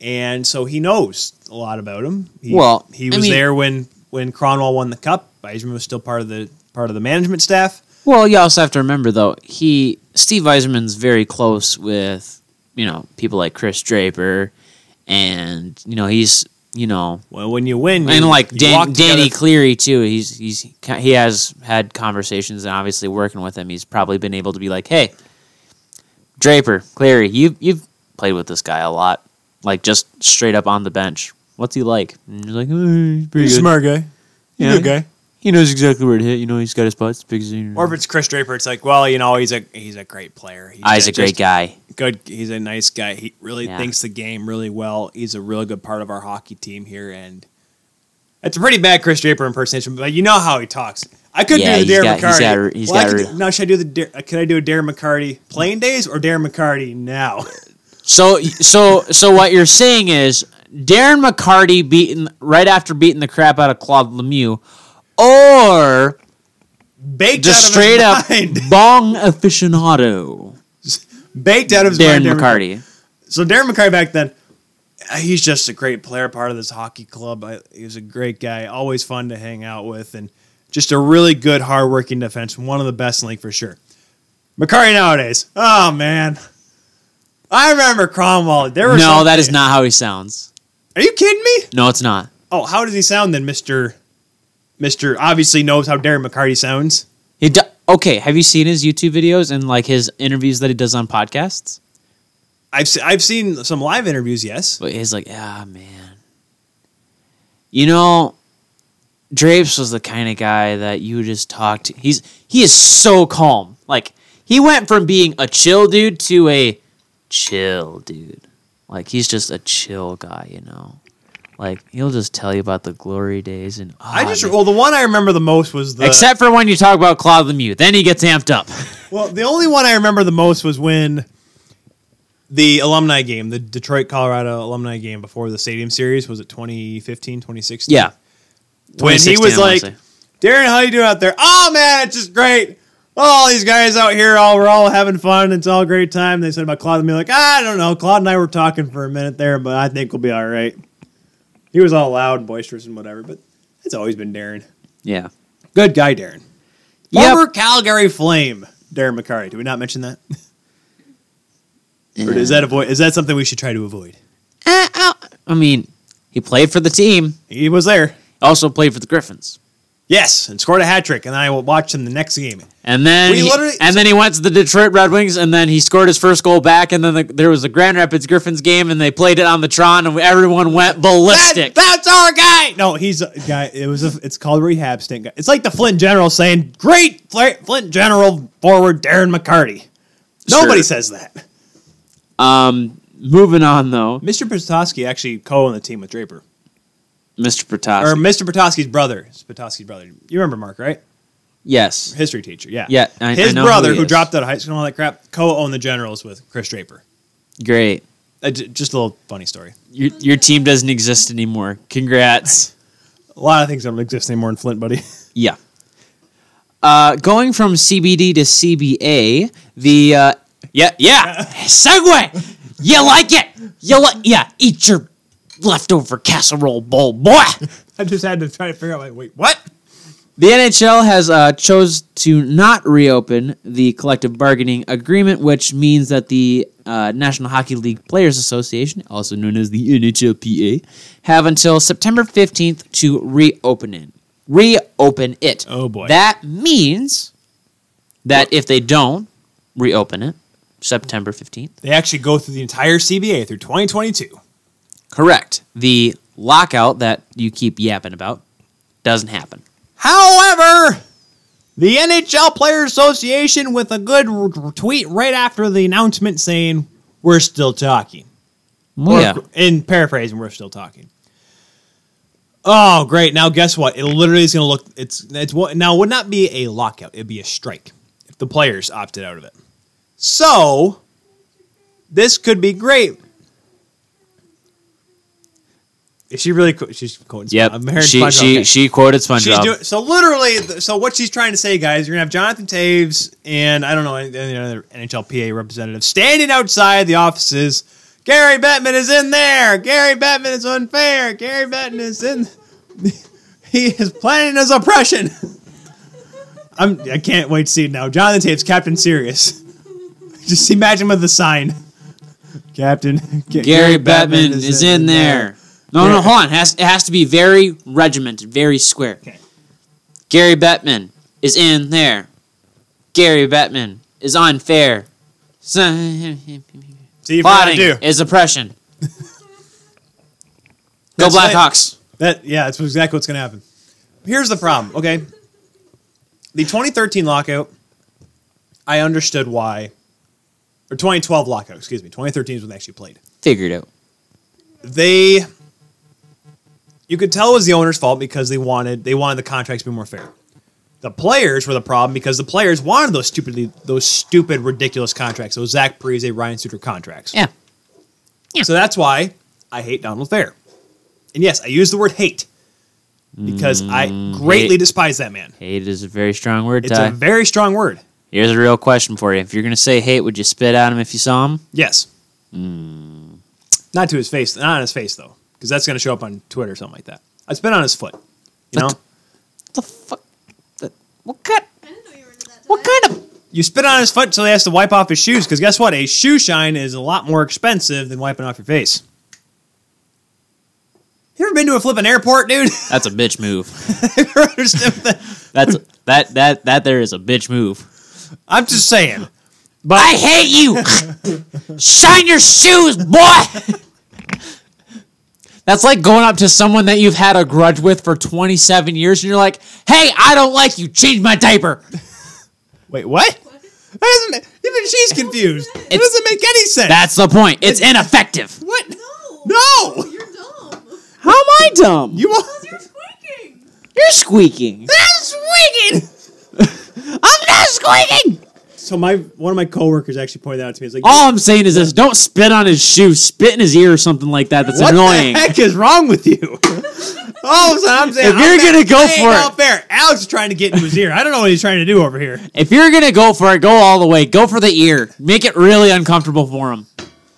S2: and so he knows a lot about him. He,
S1: Well,
S2: he
S1: I
S2: was
S1: mean-
S2: there when when Cronwall won the cup. Eisman was still part of the part of the management staff.
S1: Well, you also have to remember though, he Steve Eiserman's very close with you know people like Chris Draper, and you know he's you know
S2: Well, when you win, you,
S1: and like
S2: you
S1: Dan,
S2: walk together-
S1: Danny Cleary too. He's he's he has had conversations and obviously working with him, he's probably been able to be like, hey, Draper Cleary, you you've played with this guy a lot, like just straight up on the bench. What's he like? And you're like, "Eh, he's pretty
S2: He's a
S1: good.
S2: smart guy. Yeah,
S1: Yeah. He knows exactly where to hit. You know, he's got his spots. Big zoomer.
S2: Or if it's Chris Draper, it's like, well, you know, he's a he's a great player. He's
S1: I's Ah, a great
S2: just
S1: guy.
S2: Good. He's a nice guy. He really
S1: Yeah.
S2: thinks the game really well. He's a really good part of our hockey team here, and it's a pretty bad Chris Draper impersonation, but you know how he talks. I could
S1: Yeah,
S2: do the
S1: he's
S2: Darren
S1: got- he's got
S2: McCarty.
S1: a- he's
S2: Well, I
S1: got a-
S2: could do- now should I do the? Dar- uh, Could I do a Darren McCarty playing days or Darren McCarty now? [laughs]
S1: So so so what you're saying is Darren McCarty beaten right after beating the crap out of Claude Lemieux, or
S2: baked
S1: just
S2: out of his
S1: straight up
S2: mind.
S1: [laughs]
S2: [laughs]
S1: bong aficionado
S2: baked out of his
S1: Darren
S2: mind,
S1: McCarty.
S2: So Darren McCarty back then, uh, he's just a great player, part of this hockey club. I, he was a great guy, always fun to hang out with, and just a really good, hardworking defense. One of the best in the league for sure. McCarty nowadays, oh man, I remember Cromwell. There were
S1: No,
S2: some-
S1: that is not how he sounds.
S2: Are you kidding me?
S1: No, it's not.
S2: Oh, how does he sound then, Mister? Mister obviously knows how Darren McCarty sounds.
S1: He do- okay. Have you seen his YouTube videos and like his interviews that he does on podcasts?
S2: I've se- I've seen some live interviews. Yes,
S1: But he's like, ah, man. You know, Drapes was the kind of guy that you just talked. To. He's he is so calm. Like he went from being a chill dude to a chill dude. Like he's just a chill guy, you know. Like he'll just tell you about the glory days and
S2: I
S1: ah,
S2: just
S1: man.
S2: well the one I remember the most was the
S1: except for when you talk about Claude Lemieux, then he gets amped
S2: [laughs]
S1: up.
S2: Well, the only one I remember the most was when the alumni game, the Detroit Colorado alumni game before the stadium series was it 2015, 2016?
S1: yeah,
S2: When he
S1: 2016,
S2: was
S1: I wanna
S2: like,
S1: say.
S2: Darren, how you doing out there? Oh man, it's just great. All these guys out here, all we're all having fun. It's all a great time. They said about Claude and me, like, I don't know. Claude and I were talking for a minute there, but I think we'll be all right. He was all loud and boisterous and whatever, but it's always been Darren.
S1: yeah.
S2: Good guy, Darren.
S1: Yep.
S2: Former Calgary Flame, Darren McCarty. Did we not mention that? Or is that avoid? Is that something we should try to avoid?
S1: Eh, ow. I mean, he played for the team.
S2: He was there,
S1: Also played for the Griffins.
S2: yes, and scored a hat trick. And I will watch him the next game.
S1: And then,
S2: We
S1: he,
S2: literally-
S1: and then he went to the Detroit Red Wings, and then he scored his first goal back. And then the, there was a Grand Rapids Griffins game, and they played it on the Tron, and everyone went ballistic.
S2: that's our guy. No, he's a guy. It was a. It's called rehab stint. Guy. It's like the Flint General saying, "Great Fl- Flint General forward Darren McCarty." Nobody
S1: Sure.
S2: says that.
S1: um, moving on though,
S2: Mr. Potosky actually co-owned the team with Draper,
S1: Mr.
S2: or
S1: Protasky.
S2: Mr. Potosky's brother. It's Potosky's brother. You remember Mark, right?
S1: yes,
S2: History teacher. Yeah.
S1: Yeah, I- I
S2: His
S1: know who
S2: brother,
S1: he
S2: who,
S1: is.
S2: dropped out of high school and all that crap, co-owned the Generals with Chris Draper.
S1: great.
S2: Uh, j- just a little funny story.
S1: Your your team doesn't exist anymore. Congrats.
S2: A lot of things don't exist anymore in Flint, buddy. [laughs]
S1: Yeah. Uh, going from CBD to CBA, the uh, yeah yeah segue. You like it? You like yeah? Eat your leftover casserole bowl, boy.
S2: I just had to try to figure out, like, wait, what?
S1: The NHL has uh, chose to not reopen the collective bargaining agreement, which means that the uh, National Hockey League Players Association, also known as the NHLPA, have until September 15th to reopen it. Reopen it.
S2: Oh, boy.
S1: That means that if they don't reopen it, September 15th,
S2: They actually go through the entire CBA through 2022.
S1: correct, the lockout that you keep yapping about doesn't happen.
S2: However, the NHL Player Association, with a good r- r- tweet right after the announcement saying, we're still talking. Or, in paraphrasing, we're still talking. Oh, great! Now guess what? It literally is going to look. It's it's what now it would not be a lockout. It'd be a strike if the players opted out of it. So this could be great. Is she really? co- She's quoting.
S1: Yep.
S2: American
S1: She
S2: Spongebob,
S1: she
S2: okay.
S1: she quoted SpongeBob.
S2: She's doing, so literally, th- so what she's trying to say, guys, you're gonna have Jonathan Taves and I don't know any, any other NHLPA representative standing outside the offices. Gary Bettman is in there. Gary Bettman is unfair. Gary Bettman is in. [laughs] he is planning his oppression. [laughs] I'm. I can't wait to see it now. Jonathan Taves, Captain Serious. [laughs] Just imagine with the sign. [laughs] Captain Ga-
S1: Gary Bettman is in there. No, no, hold on. It has, it has to be very regimented, very square.
S2: Okay.
S1: Gary Bettman is in there. Gary Bettman is unfair. So-
S2: See, you forgot to
S1: Plotting
S2: do.
S1: is
S2: [laughs]
S1: oppression. Go
S2: That's right.
S1: Blackhawks.
S2: That yeah, that's exactly what's going to happen. Here's the problem. Okay, the 2013 lockout, I understood why, or 2012 lockout. Excuse me, 2013 is when they actually played.
S1: Figured out.
S2: They, you could tell it was the owner's fault because they wanted they wanted the contracts to be more fair. The players were the problem because the players wanted those stupidly those stupid ridiculous contracts. Those Zach Parise, Ryan Suter contracts.
S1: Yeah.
S2: [laughs] So that's why I hate Donald Fair. And yes, I use the word hate because I greatly
S1: hate.
S2: despise that man.
S1: Hate is a very strong word,
S2: It's
S1: Ty.
S2: a very strong word.
S1: Here's a real question for you. If you're going to say hate, would you spit at him if you saw him?
S2: Yes. Not to his face, not on his face though, because that's going to show up on Twitter or something like that. I spit on his foot. You know,
S1: What the fuck? That- What kind,
S3: I didn't know you were into that.
S1: what
S3: today.
S1: kind of
S2: you spit on his foot, so he has to wipe off his shoes. Because guess what? A shoe shine is a lot more expensive than wiping off your face. You ever been to a flipping airport, dude? [laughs]
S1: That's a bitch move.
S2: You ever understand what that-
S1: That's that that that there is a bitch move.
S2: I'm just saying.
S1: I hate you. Shine your shoes, boy. That's like going up to someone that you've had a grudge with for 27 years and you're like, "Hey, I don't like you. Change my diaper."
S2: Wait, what? That doesn't make, even she's confused. it doesn't make any sense.
S1: That's the point. It's ineffective.
S2: what?
S3: No.
S2: No!
S3: You're dumb. [laughs]
S1: How am I dumb?
S2: You all
S3: You're squeaking.
S1: You're squeaking.
S2: that's wicked.
S1: I'm not squeaking.
S2: So my one of my coworkers actually pointed that out to me. It's like,
S1: All I'm saying is this: don't spit on his shoe, spit in his ear or something like that. That's
S2: what
S1: annoying.
S2: the heck is wrong with you? [laughs] oh, so I'm saying
S1: If you're
S2: I'm
S1: gonna
S2: not-
S1: go
S2: I ain't
S1: for it-
S2: out there. Alex is trying to get into his ear. I don't know what he's trying to do over here.
S1: If you're gonna go for it, go all the way. Go for the ear. Make it really uncomfortable for him.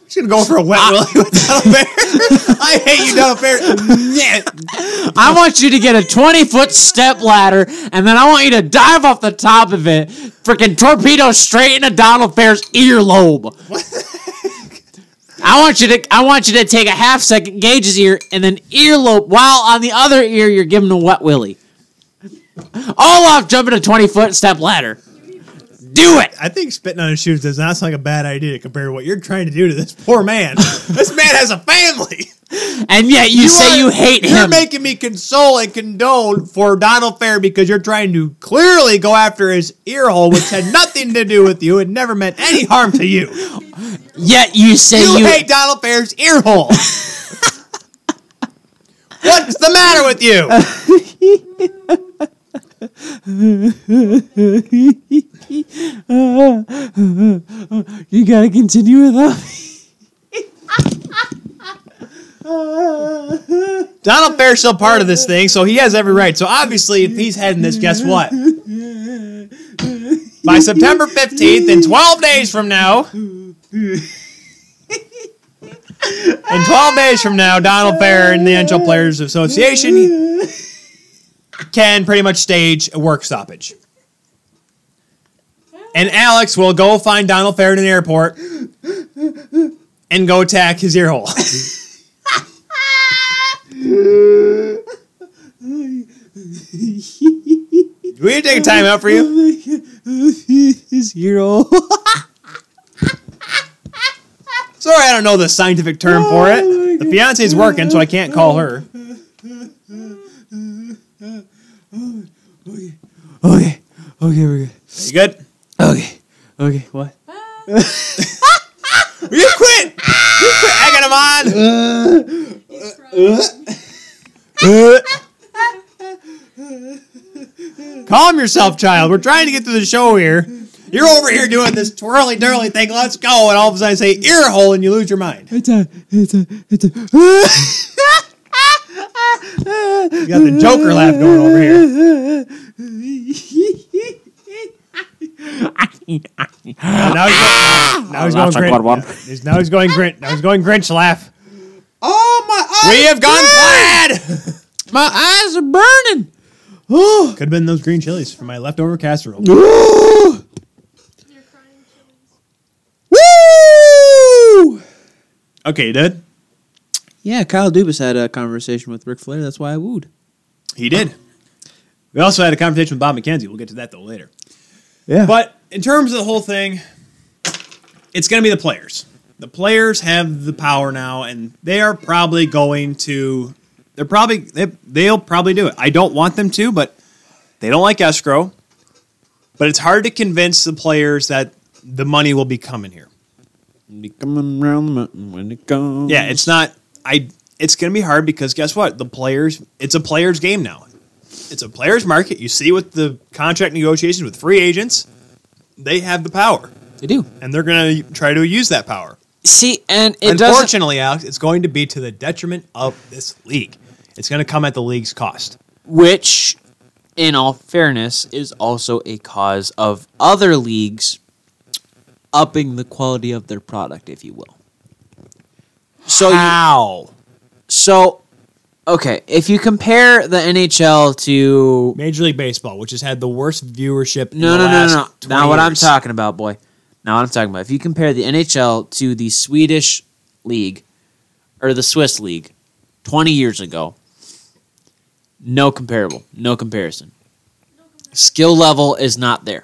S2: He's gonna go for a wet
S1: Ah.
S2: willy with Donald Fair.
S1: [laughs]
S2: I hate you, Donald Fair.
S1: I want you to get a 20 foot step ladder, and then I want you to dive off the top of it, freaking torpedo straight into Donald Fair's earlobe. I want you to I want you to take a half second, gauge his ear, and then earlobe while on the other ear you're giving a wet willy. All off jumping a 20 foot step ladder. Do it!
S2: I think spitting on his shoes does not sound like a bad idea compared to what you're trying to do to this poor man. this man has a family.
S1: And yet you, say
S2: are-
S1: you hate
S2: You're
S1: him.
S2: making me console and condone for Donald Fair because you're trying to clearly go after his ear hole, which
S1: [laughs]
S2: had nothing to do with you. It never meant any harm to you.
S1: yet you say
S2: You,
S1: you,
S2: hate Donald Fair's
S1: [laughs]
S2: ear hole. What's the matter with
S1: [laughs]
S2: you?
S1: You gotta continue without [laughs] me.
S2: Donald Fair's still part of this thing, so he has every right. So obviously, if he's heading this, guess what? By September 15th, in 12 days from now, in 12 days from now, Donald Fair and the NHL Players Association can pretty much stage a work stoppage. And Alex will go find Donald Fair in an airport and go attack his ear hole. [laughs] We need to take a time out for you.
S1: His hero.
S2: Sorry, I don't know the scientific term for
S1: my
S2: it. The fiance's working, so I can't call her.
S1: Okay. Okay, we're good.
S2: You good?
S1: Okay. Okay, what?
S2: You quit! You quit egging him on!
S3: He's crying.
S2: Calm yourself, child. We're trying to get through the show here. You're over here doing this twirly dirly thing. Let's go. And all of a sudden I say ear hole and you lose your mind.
S4: It's a, it's a, it's a. [gasps]
S2: You got the Joker laugh going over
S4: [laughs]
S2: here. And now he's
S4: Ah!
S2: going, now he's going
S1: That's a good one.
S2: Grinch. Yeah, he's- Now he's going Grinch. Now he's going Grinch laugh.
S4: Oh my eyes!
S2: We have gone plaid.
S4: My eyes are burning.
S2: Could have been those green chilies from my leftover casserole.
S4: [gasps] Woo!
S3: You're crying chilies.
S4: Woo!
S2: Okay, he did.
S4: Yeah, Kyle Dubas had a conversation with Ric Flair. That's why I wooed.
S2: He did. We also had a conversation with Bob McKenzie. We'll get to that though later.
S4: Yeah.
S2: But in terms of the whole thing, it's going to be the players. The players have the power now, and they are probably going to. They're probably they, they'll probably do it. I don't want them to, but they don't like escrow. But it's hard to convince the players that the money will be coming here.
S4: Be coming round the mountain when it comes.
S2: Yeah, it's not. I. It's going to be hard because guess what? The players. It's a players' game now. It's a players' market. You see with the contract negotiations with free agents, they have the power,
S1: They do.
S2: and they're going to try to use that power.
S1: See, and it doesn't.
S2: Unfortunately, Alex, it's going to be to the detriment of this league. It's going to come at the league's cost.
S1: Which, in all fairness, is also a cause of other leagues upping the quality of their product, if you will. So you-
S2: How?
S1: So, okay, if you compare the NHL to
S2: Major League Baseball, which has had the worst viewership.
S1: no,
S2: in
S1: no, no,
S2: the last
S1: no, no,
S2: 20
S1: not what I'm
S2: years.
S1: talking about, boy. Now what I'm talking about. If you compare the NHL to the Swedish league or the Swiss league 20 years ago, no comparable, no comparison. Skill level is not there.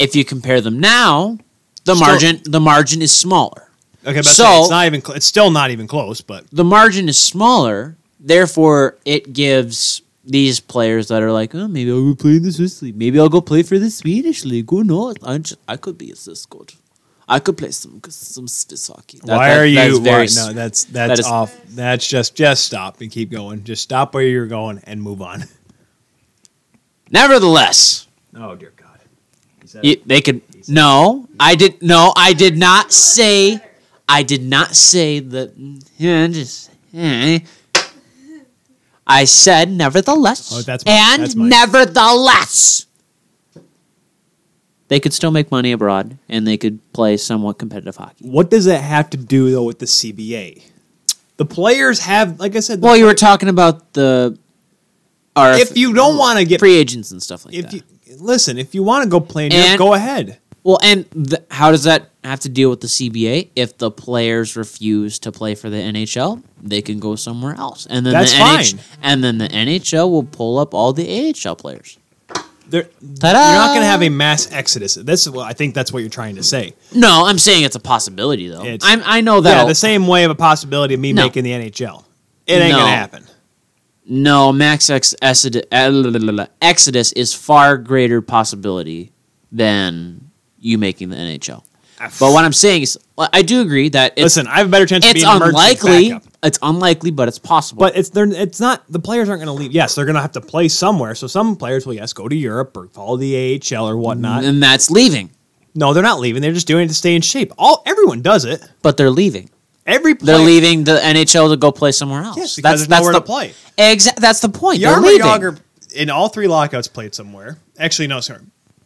S1: If you compare them now, the
S2: Still-
S1: margin the margin is smaller.
S2: Okay, but
S1: So-
S2: so, it's not even. Cl- it's still not even close. But
S1: the margin is smaller, therefore it gives these players that are like, oh, maybe I'll go play in the Swiss league, maybe I'll go play for the Swedish league. Who knows? I just, I could be a Swiss coach. I could play some some Swiss hockey. That-
S2: why
S1: that-
S2: are you?
S1: That is very
S2: why-
S1: s-
S2: no, that's that's
S1: is-
S2: off. That's just just stop and keep going. Just stop where you're going and move on. [laughs]
S1: Nevertheless,
S2: Oh dear God. Is that-
S1: you- they could. No, I did. No, I did not say. I did not say that. Yeah, just. eh. I said nevertheless.
S2: Oh, that's mine.
S1: and
S2: That's mine.
S1: nevertheless. They could still make money abroad and they could play somewhat competitive hockey.
S2: what does that have to do though with the CBA? The players have, like I said, the
S1: Well, you were talking about the RF,
S2: if you don't want to get
S1: free agents and stuff like
S2: if
S1: that.
S2: you listen, if you want to go play in
S1: And-
S2: Europe, go ahead.
S1: well, and th- how does that have to deal with the CBA? If the players refuse to play for the NHL, they can go somewhere else, and then
S2: That's
S1: the NH-
S2: fine.
S1: and then the NHL will pull up all the AHL players.
S2: They're,
S1: Ta-da!
S2: You're not going to have a mass exodus. This is what I think that's what you're trying to say.
S1: No, I'm saying it's a possibility though.
S2: It's-
S1: I'm, I know
S2: Yeah,
S1: that.
S2: the same way of a possibility of me
S1: No.
S2: making the NHL. It ain't
S1: No.
S2: going to happen.
S1: No, max ex- exodus, exodus is far greater possibility than you making the NHL. But what I'm saying is, well, I do agree that it's,
S2: listen, I have a better chance. of
S1: it's
S2: being an emergency
S1: unlikely.
S2: backup.
S1: It's unlikely, but it's possible.
S2: But it's they're, it's not the players aren't going to leave. Yes, they're going to have to play somewhere. So some players will yes go to Europe or follow the AHL or whatnot.
S1: and that's leaving.
S2: No, they're not leaving. They're just doing it to stay in shape. All everyone does it.
S1: But they're leaving.
S2: Every
S1: They're
S2: player,
S1: leaving the NHL to go play somewhere else.
S2: Yes, because there's nowhere
S1: the
S2: to play.
S1: Exa- that's the point. They're
S2: Yarmer
S1: leaving.
S2: Yager in all three lockouts played somewhere. Actually, no, sorry.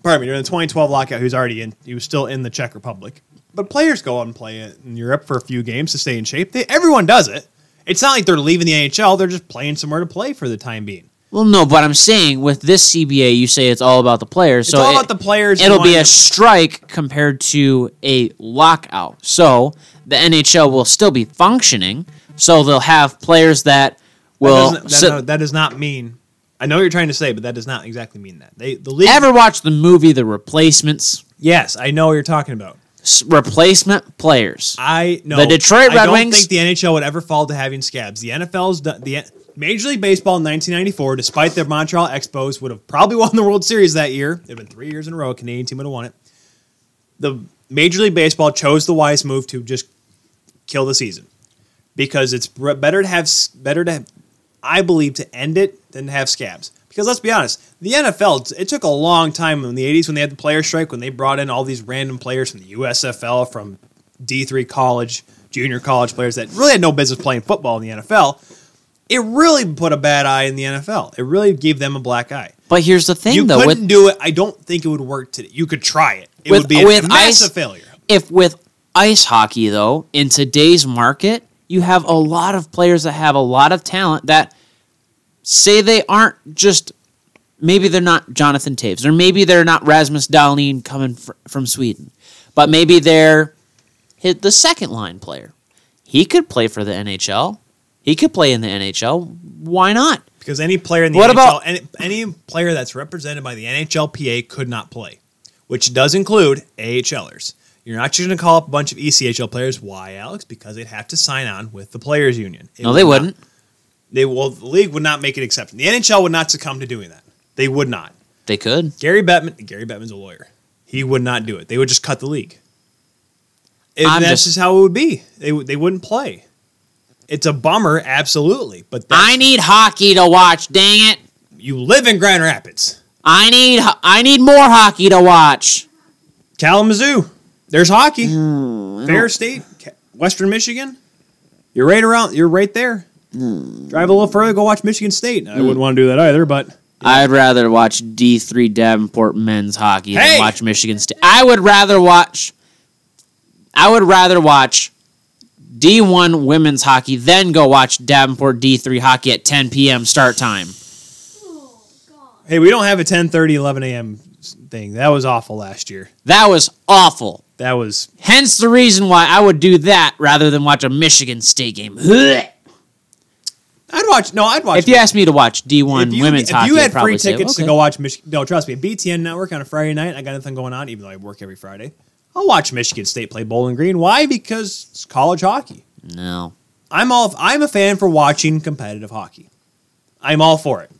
S2: Pardon me. During the 2012 lockout, he was already in. He was still in the Czech Republic. But players go out and play it in Europe for a few games to stay in shape. They, everyone does it. It's not like they're leaving the NHL. They're just playing somewhere to play for the time being.
S1: Well, no, but I'm saying with this CBA, you say it's all about the players.
S2: It's
S1: so
S2: all
S1: it-
S2: about the players. and
S1: It'll be
S2: wanting
S1: a strike compared to a lockout. So the NHL will still be functioning. So they'll have players that
S2: to- that,
S1: will.
S2: doesn't- that,
S1: sit-
S2: no, that does not mean. I know what you're trying to say, but that does not exactly mean that. They the league.
S1: ever watch the movie The Replacements?
S2: yes, I know what you're talking about.
S1: S- replacement players.
S2: I know
S1: The Detroit
S2: I
S1: Red
S2: don't
S1: Wings-
S2: think the NHL would ever fall to having scabs. The NFL's done, the N- Major League Baseball in 1994, despite their Montreal Expos, would have probably [laughs] won the World Series that year. It'd been three years in a row. A Canadian team would have won it. The Major League Baseball chose the wise move to just kill the season because it's re- better to have s- better to I believe, to end it than to have scabs. Because let's be honest, the NFL, it took a long time in the 80s when they had the player strike, when they brought in all these random players from the USFL, from D3 college, junior college players that really had no business playing football in the NFL. It really put a bad eye in the NFL. It really gave them a black eye.
S1: But here's the thing,
S2: You
S1: though,
S2: couldn't
S1: with
S2: do it. I don't think it would work today. You could try it. It
S1: With-
S2: would be a
S1: with
S2: massive
S1: ice-
S2: failure.
S1: if with ice hockey though, in today's market, you have a lot of players that have a lot of talent that say they aren't just maybe they're not Jonathan Taves or maybe they're not Rasmus Dahlin coming fr- from Sweden, but maybe they're hit the second line player. He could play for the NHL. He could play in the NHL. Why not?
S2: Because any player in the
S1: What
S2: NHL,
S1: about-
S2: any, any player that's represented by the NHLPA could not play, which does include AHLers. You're not just going to call up a bunch of E ECHL players. Why, Alex? Because they'd have to sign on with the players' union. It
S1: No,
S2: would
S1: they
S2: not-
S1: wouldn't.
S2: they well, the league would not make an exception. The NHL would not succumb to doing that. They would not.
S1: They could.
S2: Gary Bettman. Gary Bettman's a lawyer. He would not do it. They would just cut the league. And
S1: I'm just-
S2: that's just, how it would be. They would- they wouldn't play. It's a bummer, absolutely. But that's-
S1: I need hockey to watch. Dang it!
S2: you live in Grand Rapids.
S1: I need ho- I need more hockey to watch.
S2: Kalamazoo. There's hockey.
S1: Hmm,
S2: Fair State, Ca- Western Michigan. You're right around. You're right there.
S1: Hmm.
S2: Drive a little further, go watch Michigan State. I wouldn't want to do that either, but
S1: I'd rather watch D three Davenport men's hockey
S2: Hey!
S1: than watch Michigan State. I would rather watch. I would rather watch D one women's hockey than go watch Davenport D three hockey at ten p.m. start time.
S3: Oh, God.
S2: hey, we don't have a 10:30, 11 a.m. s- thing. That was awful last year.
S1: That was awful.
S2: That was
S1: Hence the reason why I would do that rather than watch a Michigan State game. [laughs] Blech.
S2: I'd watch. No, I'd watch.
S1: If you asked me to watch D one
S2: If you-
S1: women's
S2: if
S1: hockey,
S2: you
S1: I'd
S2: had
S1: probably
S2: free
S1: say,
S2: tickets
S1: "Okay."
S2: to go watch Michigan, no, trust me, BTN Network on a Friday night, I got nothing going on, even though I work every Friday. I'll watch Michigan State play Bowling Green. Why? Because it's college hockey.
S1: No,
S2: I'm all. I'm a fan for watching competitive hockey. I'm all for it.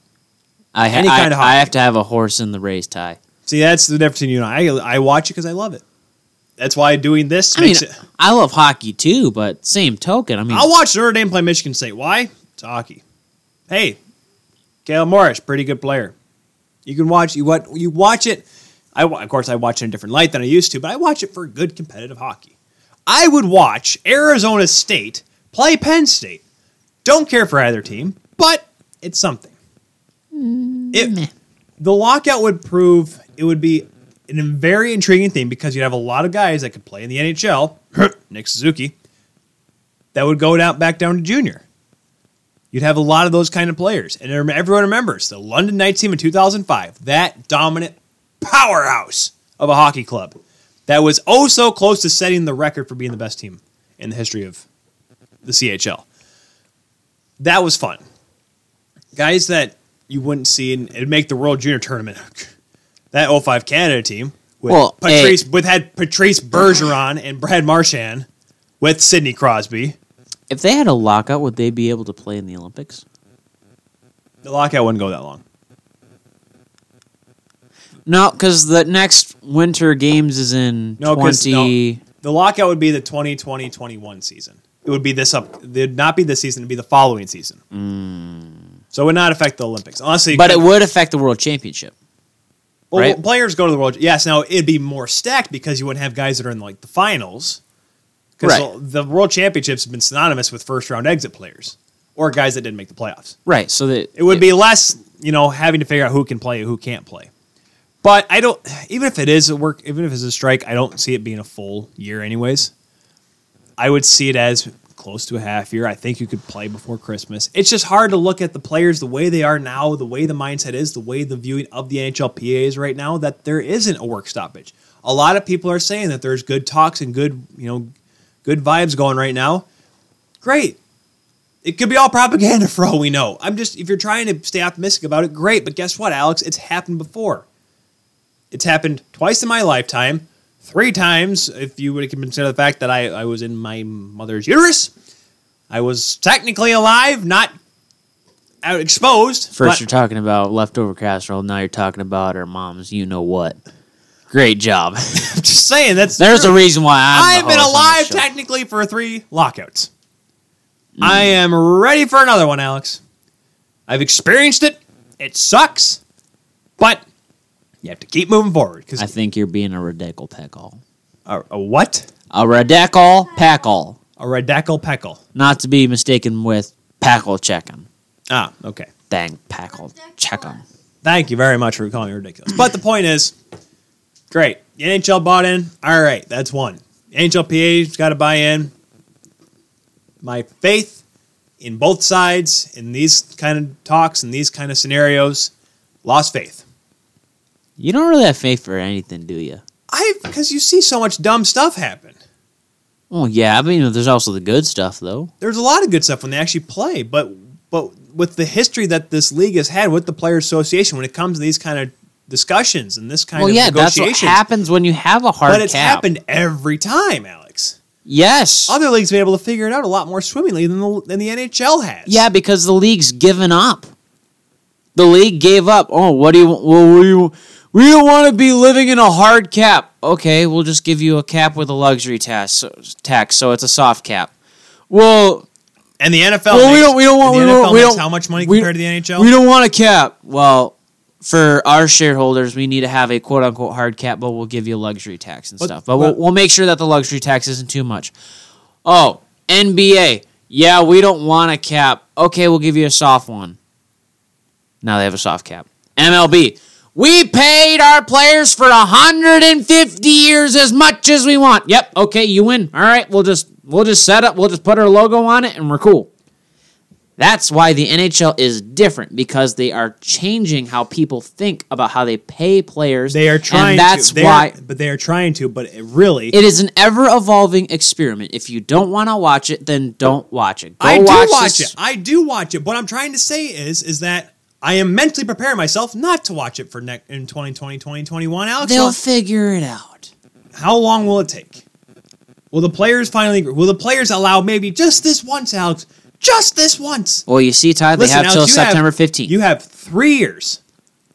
S1: I, ha-
S2: Any
S1: I,
S2: kind of
S1: I
S2: hockey.
S1: have to have a horse in the race tie.
S2: See, that's the difference between you and I. I watch it because I love it. That's why doing this
S1: I mean,
S2: makes it.
S1: I love hockey too, but same token, I mean,
S2: I'll watch Notre Dame play Michigan State. Why? It's hockey. Hey, Kale Morris, pretty good player. You can watch you what you watch it. I wa- of course I watch it in a different light than I used to, but I watch it for good competitive hockey. I would watch Arizona State play Penn State. Don't care for either team, but it's something. It, the lockout would prove it would be an, a very intriguing thing because you'd have a lot of guys that could play in the NHL. [clears throat] Nick Suzuki that would go down back down to junior. You'd have a lot of those kind of players, and every- everyone remembers the London Knights team in 2005, that dominant powerhouse of a hockey club that was oh so close to setting the record for being the best team in the history of the CHL. That was fun. Guys that you wouldn't see in it'd make the World Junior Tournament. [laughs] That 05 Canada team with
S1: Well, eh.
S2: Patrice with had Patrice Bergeron and Brad Marchand with Sidney Crosby.
S1: if they had a lockout, would they be able to play in the Olympics?
S2: The lockout wouldn't go that long.
S1: No, because the next winter games is in
S2: No, 'cause-
S1: twenty.
S2: The lockout would be the 2020-21 season. It would be this up. It'd not be this season. It'd be the following season. So it would not affect the Olympics, honestly.
S1: Mm. But it would affect the world championship.
S2: well,
S1: right?
S2: players go to the world. Yes, now it'd be more stacked because you wouldn't have guys that are in like the finals. Because
S1: Right.
S2: the, the world championships have been synonymous with first round exit players or guys that didn't make the playoffs.
S1: Right. So that
S2: It would be less, you know, having to figure out who can play and who can't play. But I don't. Even if it is a work, even if it's a strike, I don't see it being a full year, anyways. I would see it as close to a half year. I think you could play before Christmas. It's just hard to look at the players the way they are now, the way the mindset is, the way the viewing of the NHLPA is right now. That there isn't a work stoppage. A lot of people are saying that there's good talks and good, you know, good vibes going right now. Great, it could be all propaganda for all we know. I'm just if you're trying to stay optimistic about it, great. But guess what, Alex? It's happened before. It's happened twice in my lifetime, three times if you would consider the fact that I, I was in my mother's uterus. I was technically alive, not out exposed.
S1: first
S2: but-
S1: you're talking about leftover casserole. Now you're talking about our moms. You know what? Great job. [laughs]
S2: I'm just saying that's
S1: There's
S2: true.
S1: a reason why i
S2: I've been alive technically for three lockouts. I am ready for another one, Alex. I've experienced it. It sucks, but you have to keep moving forward.
S1: I
S2: Because
S1: think you're being a radical peckle.
S2: a, a what?
S1: A radical peckle,
S2: A radical peckle.
S1: not to be mistaken with packle checkum.
S2: Ah, okay.
S1: Dang packle checkum.
S2: Thank you very much for calling me ridiculous. But the point is, great. The NHL bought in. All right, that's one. NHLPA's got to buy in. My faith in both sides in these kind of talks and these kind of scenarios lost faith.
S1: You don't really have faith for anything, do you?
S2: I because you see so much dumb stuff happen.
S1: Well, yeah, I mean, there's also the good stuff, though.
S2: There's a lot of good stuff when they actually play, but but with the history that this league has had with the players' association, when it comes to these kind of discussions and this kind
S1: Well,
S2: of
S1: yeah, that's what
S2: negotiations,
S1: happens when you have a hard
S2: but it's
S1: cap.
S2: happened every time, Alex.
S1: Yes.
S2: Other leagues have been able to figure it out a lot more swimmingly than the, than the NHL has.
S1: Yeah, because the league's given up. The league gave up. Oh, what do you? Well, we we don't want to be living in a hard cap. Okay, we'll just give you a cap with a luxury tax. So, tax, so it's a soft cap. Well,
S2: and the NFL.
S1: well, we
S2: makes-
S1: don't we don't want
S2: and
S1: we
S2: the
S1: don't,
S2: NFL
S1: we
S2: makes
S1: don't
S2: how much money
S1: we-
S2: compared to the NHL.
S1: We don't want a cap. Well, for our shareholders, we need to have a quote unquote hard cap, but we'll give you luxury tax and
S2: But-
S1: stuff. But,
S2: but-
S1: we'll, we'll make sure that the luxury tax isn't too much. Oh, NBA. Yeah, we don't want a cap. Okay, we'll give you a soft one. Now they have a soft cap. MLB. We paid our players for 150 years as much as we want. Yep. Okay, you win. All right, we'll just we'll just set up, we'll just put our logo on it and we're cool. That's why the NHL is different because they are changing how people think about how they pay players.
S2: they are trying.
S1: And that's
S2: to, They are-
S1: why
S2: but they are trying to. But it really,
S1: it is an ever evolving experiment. If you don't want to watch it, then don't watch it. Go
S2: I do
S1: watch,
S2: watch,
S1: this-
S2: it. I do watch it. What I'm trying to say is, is that I am mentally preparing myself not to watch it for next in 2020, 2021. Alex,
S1: They'll
S2: Well,
S1: figure it out.
S2: how long will it take? Will the players finally? Will the players allow maybe just this once, Alex? Just this once.
S1: Well, you see, Ty, they have
S2: Alex,
S1: till
S2: you
S1: September 15th.
S2: You have three years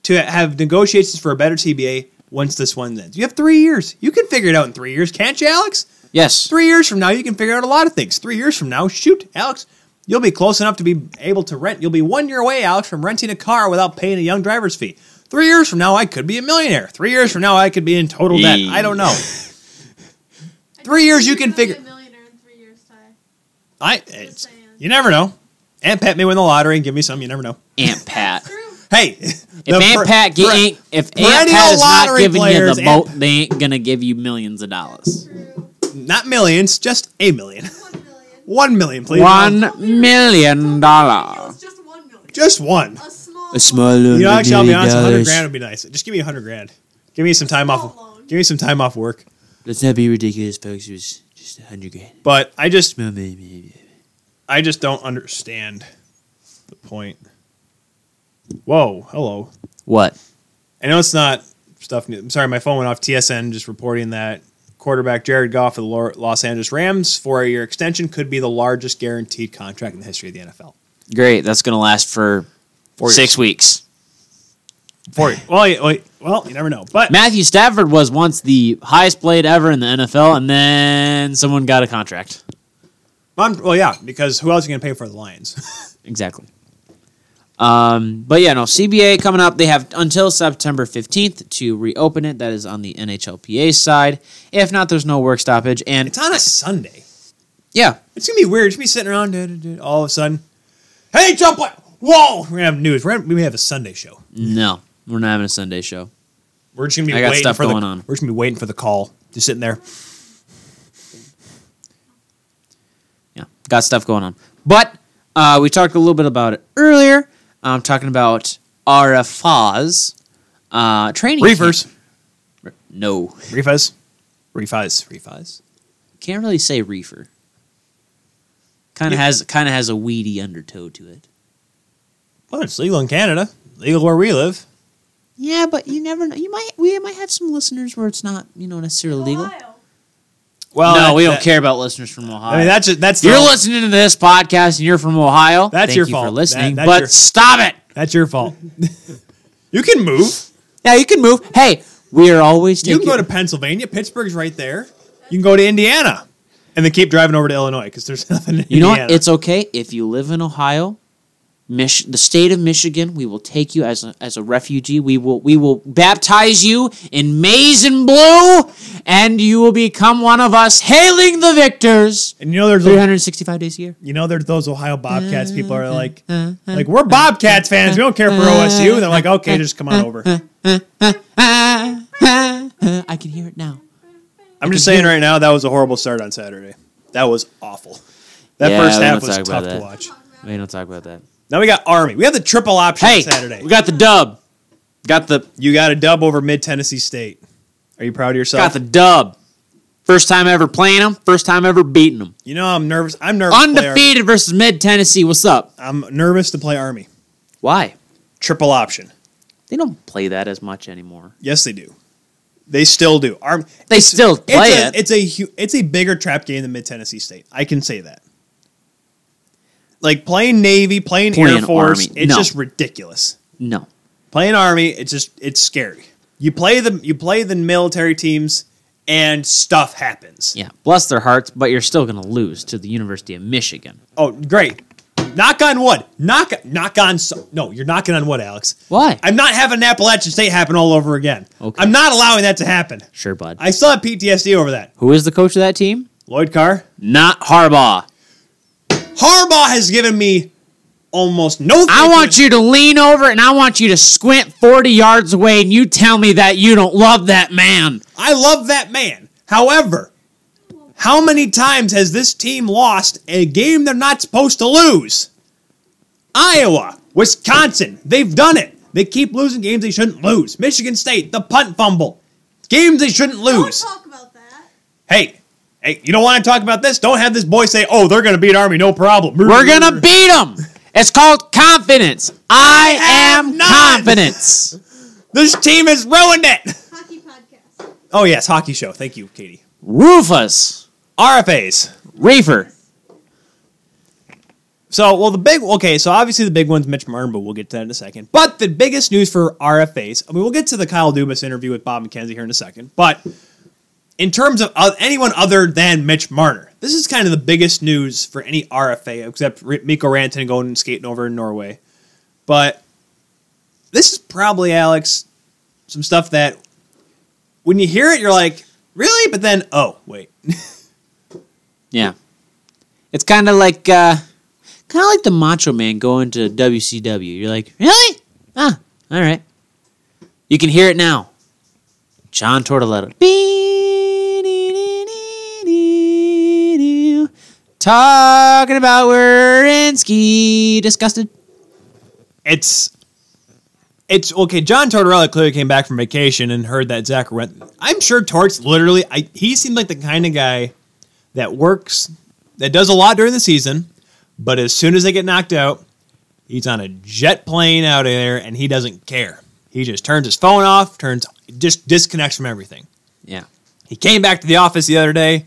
S2: to have negotiations for a better TBA once this one ends. You have three years. You can figure it out in three years, can't you, Alex?
S1: yes.
S2: Three years from now, you can figure out a lot of things. Three years from now, shoot, Alex, you'll be close enough to be able to rent. You'll be one year away, Alex, from renting a car without paying a young driver's fee. Three years from now, I could be a millionaire. Three years from now, I could be in total debt. I don't know.
S3: I
S2: Three
S3: just
S2: years
S3: think
S2: you can
S3: you're gonna
S2: figure-
S3: Be a millionaire in three years' time.
S2: I. It's,
S3: saying.
S2: you never know. Aunt Pat may win the lottery and give me some. You never know.
S1: Aunt
S3: [laughs]
S1: Pat.
S3: True.
S2: Hey, [laughs]
S1: If Aunt Pat ge- ain't, if Aunt
S2: perennial
S1: Pat is not
S2: lottery
S1: giving you
S2: players,
S1: the
S2: Aunt-
S1: boat, they ain't gonna give you millions of dollars.
S3: True.
S2: not millions, just a million. [laughs] One
S3: One million.
S2: million, please.
S1: One million dollar.
S3: It's just one million.
S2: Just one.
S3: a small.
S2: You know, actually, I'll be honest. hundred grand would be nice. Just give me hundred grand. Give me some time
S3: Small
S2: off.
S3: loan.
S2: Give me some time off work.
S4: Let's not be ridiculous, folks. It was just a hundred grand.
S2: But I just,
S1: Oh,
S4: No, maybe, maybe.
S2: I just don't understand the point. Whoa, hello.
S1: What?
S2: I know it's not stuff new. I'm sorry, my phone went off. TSN just reporting that quarterback Jared Goff of the Lo- Los Angeles Rams for a year extension could be the largest guaranteed contract in the history of the NFL.
S1: Great. That's gonna last for
S2: Four
S1: six weeks.
S2: Four. Well, you, wait, well, you never know. But
S1: Matthew Stafford was once the highest played ever in the NFL, and then someone got a contract.
S2: Mom, well, yeah, because who else are you going to pay for the Lions? [laughs]
S1: Exactly. Um, but yeah, no, CBA coming up. They have until September 15th to reopen it. That is on the NHLPA side. If not, there's no work stoppage. And
S2: It's on a Sunday.
S1: yeah,
S2: It's going to be weird. It's going to be sitting around duh, duh, duh, all of a sudden. Hey, jump! on- Whoa! We're going to have news. We're gonna, we may have a Sunday show.
S1: no, we're not having a Sunday show.
S2: We're just going to be
S1: I got
S2: waiting
S1: stuff
S2: for
S1: going
S2: the,
S1: on.
S2: We're just going to be waiting for the call. Just
S1: [laughs]
S2: sitting there.
S1: yeah, got stuff going on. But uh, we talked a little bit about it earlier. I'm talking about RFA's uh, training.
S2: Reefers.
S1: camp. No,
S2: Refis. Refis. Refis.
S1: can't really say reefer. Kind of
S2: Yeah.
S1: has kind of has a weedy undertow to it.
S2: Well, it's legal in Canada. Legal where we live.
S1: Yeah, but you never know. You might we might have some listeners where it's not you know necessarily legal.
S3: Ohio.
S2: Well,
S1: no,
S2: that-
S1: we don't
S2: that-
S1: care about listeners from Ohio.
S2: I mean, that's just, that's
S1: you're
S2: the-
S1: listening to this podcast and you're from Ohio.
S2: That's
S1: Thank
S2: your
S1: you for
S2: fault.
S1: listening.
S2: That-
S1: but
S2: that's your-
S1: stop it.
S2: That's your
S1: [laughs]
S2: fault. you can move.
S1: Yeah, you can move. Hey, we are always
S2: You
S1: taking.
S2: can go to Pennsylvania. Pittsburgh's right there. You can go to Indiana, and then keep driving over to Illinois because there's [laughs] nothing. In
S1: You know
S2: Indiana.
S1: what? It's okay if you live in Ohio. Mich- the state of Michigan. We will take you as a, as a refugee. We will we will baptize you in maize and blue, and you will become one of us, hailing the victors.
S2: And you know there's
S1: Three hundred sixty-five days a year.
S2: you know there's those Ohio Bobcats people are
S1: [laughs]
S2: like like we're Bobcats fans. We don't care for OSU. And they're like, okay, just come
S1: [laughs]
S2: on over.
S1: I can hear it now.
S2: I'm just saying right now that was a horrible start on Saturday. That was awful. That
S1: Yeah,
S2: first
S1: we
S2: half
S1: don't
S2: was
S1: talk
S2: tough
S1: about
S2: to
S1: that.
S2: watch.
S1: We don't talk about that.
S2: Now we got Army. We have the triple option
S1: Hey,
S2: on Saturday.
S1: we got the dub. Got the
S2: you got a dub over Mid Tennessee State. Are you proud of yourself?
S1: got the dub. First time ever playing them. First time ever beating them.
S2: you know I'm nervous. I'm nervous. to play Army.
S1: Undefeated versus Mid Tennessee. What's up?
S2: I'm nervous to play Army.
S1: Why?
S2: Triple option.
S1: They don't play that as much anymore.
S2: Yes, they do. They still do. Army.
S1: They still play
S2: it's a,
S1: it.
S2: It's a hu- it's a bigger trap game than Mid Tennessee State. I can say that. Like playing Navy, playing,
S1: Playing
S2: Air Force,
S1: Army.
S2: it's
S1: No.
S2: just ridiculous.
S1: no.
S2: Playing Army, it's just it's scary. You play the you play the military teams, and stuff happens.
S1: Yeah. Bless their hearts, but you're still going to lose to the University of Michigan.
S2: Oh, great! Knock on wood. Knock knock on. So- no, you're knocking on wood, Alex.
S1: Why?
S2: I'm not having Appalachian State happen all over again.
S1: Okay.
S2: I'm not allowing that to happen.
S1: sure, bud.
S2: I still have PTSD over that.
S1: Who is the coach of that team?
S2: Lloyd Carr.
S1: Not Harbaugh.
S2: Harbaugh has given me almost no.
S1: I
S2: thinking-
S1: want you to lean over and I want you to squint 40 yards away and you tell me that you don't love that man.
S2: I love that man. However, how many times has this team lost a game they're not supposed to lose? Iowa, Wisconsin, they've done it. They keep losing games they shouldn't lose. Michigan State, the punt fumble. Games they shouldn't
S3: Don't
S2: lose.
S3: talk about that.
S2: Hey, hey, you don't want to talk about this? Don't have this boy say, oh, they're going to beat Army, no problem.
S1: We're going to beat him. It's called confidence. I
S2: have
S1: am
S2: none.
S1: confidence.
S2: This team has ruined it.
S3: Hockey podcast.
S2: Oh, yes, hockey show. Thank you, Katie.
S1: Rufus.
S2: RFAs.
S1: Reefer.
S2: So, well, the big okay. So obviously the big one's Mitch Martin, but we'll get to that in a second. But the biggest news for RFAs, I mean, we'll get to the Kyle Dubas interview with Bob McKenzie here in a second. But in terms of oth- anyone other than Mitch Marner, this is kind of the biggest news for any RFA except R- Miko Rantanen going and skating over in Norway. But this is probably Alex some stuff that when you hear it, you're like, really? But then, oh wait,
S1: Yeah. It's kind of like uh kind of like the Macho Man going to WCW. You're like, "Really? Ah, all right." You can hear it now. John Tortoletto. Talking about Wierenski. Disgusted.
S2: it's it's okay. John Tortorella clearly came back from vacation and heard that Zach Rent. I'm sure Torts literally. I, he seemed like the kind of guy that works, that does a lot during the season, but as soon as they get knocked out, he's on a jet plane out of there and he doesn't care. He just turns his phone off, turns just disconnects from everything.
S1: Yeah.
S2: He came back to the office the other day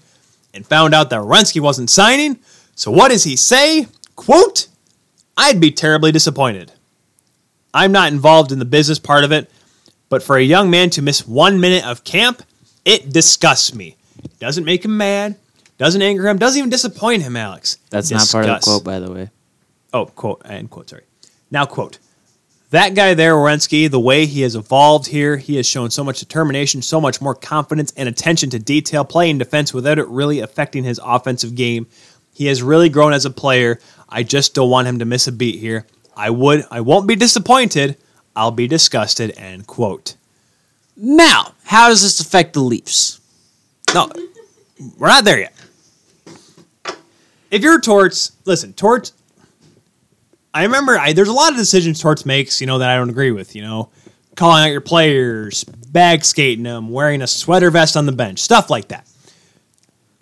S2: and found out that Rensky wasn't signing. So what does he say? Quote, I'd be terribly disappointed. I'm not involved in the business part of it, but for a young man to miss one minute of camp, it disgusts me. It doesn't make him mad, doesn't anger him, doesn't even disappoint him, Alex.
S1: That's not part of the
S2: Disgust.
S1: quote, by the way.
S2: Oh, quote, end quote, sorry. Now, quote, that guy there, Wierenski, the way he has evolved here, he has shown so much determination, so much more confidence and attention to detail, play and defense without it really affecting his offensive game. He has really grown as a player. I just don't want him to miss a beat here. I would, I won't be disappointed. I'll be disgusted, end quote.
S1: Now, how does this affect the Leafs?
S2: No, we're not there yet. If you're Torts, listen, Torts. I remember I, there's a lot of decisions Torts makes, you know, that I don't agree with. You know, calling out your players, bag skating them, wearing a sweater vest on the bench, stuff like that.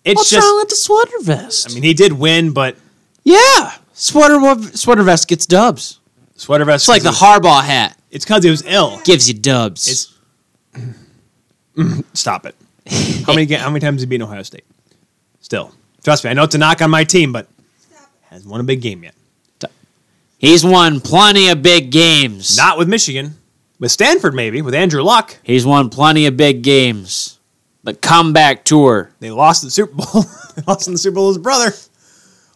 S2: It's
S1: What's
S2: just,
S1: wrong with the sweater vest?
S2: I mean, he did win, but
S1: yeah, sweater sweater vest gets dubs.
S2: sweater vest.
S1: It's like the Harbaugh hat
S2: It's because he was ill.
S1: gives you dubs.
S2: It's- [clears throat] Stop it. How many ga- how many times has he beaten Ohio State? Still, trust me, I know it's a knock on my team, but
S3: Stop it.
S2: hasn't won a big game yet.
S1: He's won plenty of big games.
S2: Not with Michigan, with Stanford maybe, with Andrew Luck.
S1: He's won plenty of big games. The comeback tour.
S2: They lost the Super Bowl. [laughs] They lost in the Super Bowl to his brother.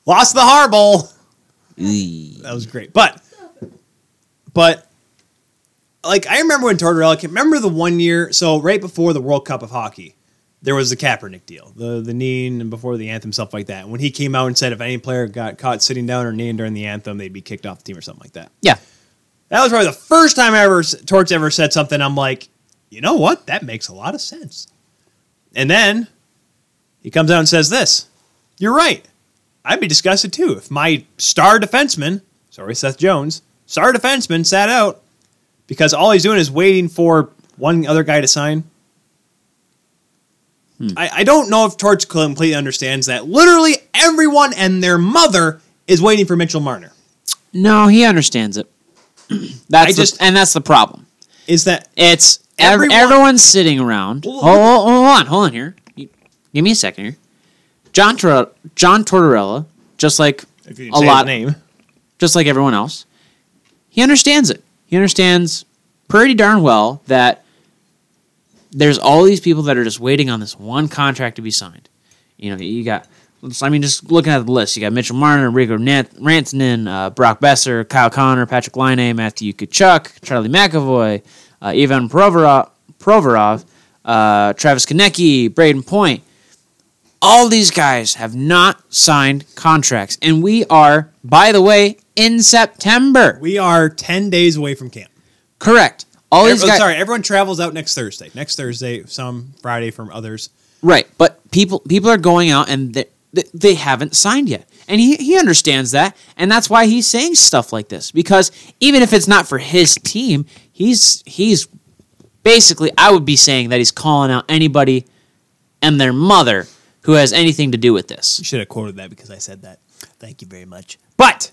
S2: Lost the Har Bowl. That was great. But But like I remember when Tortorella came. Remember the one year? So right before the World Cup of hockey, there was the Kaepernick deal, the the kneeing and before the anthem stuff like that. When he came out and said if any player got caught sitting down or kneeing during the anthem, they'd be kicked off the team or something like that.
S1: Yeah.
S2: That was probably the first time I ever Torts ever said something. I'm like, you know what? That makes a lot of sense. And then he comes out and says this. You're right. I'd be disgusted too if my star defenseman, sorry, Seth Jones, star defenseman sat out because all he's doing is waiting for one other guy to sign.
S1: Hmm.
S2: I, I don't know if Torch completely understands that. Literally everyone and their mother is waiting for Mitchell Marner.
S1: No, he understands it. [clears throat] that's
S2: I
S1: the-
S2: just-
S1: and that's the problem.
S2: Is that
S1: It's ev-
S2: Everyone-
S1: everyone's sitting around.
S2: Well,
S1: Oh, oh, oh, hold on, hold on here. You- Give me a second here. John Tor- John Tortorella, just like
S2: if you
S1: a lot,
S2: name?
S1: just like everyone else, he understands it. He understands pretty darn well that there's all these people that are just waiting on this one contract to be signed. You know, you got. I mean, just looking at the list, you got Mitchell Marner, Rico Nant- Rantanen, uh, Brock Besser, Kyle Connor, Patrick Line, Matthew Kachuk, Charlie McAvoy, uh, Ivan Provorov, Provorov uh, Travis Konecki, Braden Point. All these guys have not signed contracts, and we are, by the way, in September.
S2: We are 10 days away from camp.
S1: Correct. All
S2: Ev-
S1: these guys.
S2: sorry, everyone travels out next Thursday. Next Thursday, some Friday from others.
S1: Right, but people people are going out and they, they- they haven't signed yet, and he he understands that, and that's why he's saying stuff like this because even if it's not for his team, he's he's basically I would be saying that he's calling out anybody and their mother who has anything to do with this.
S2: You should have quoted that because I said that. Thank you very much. But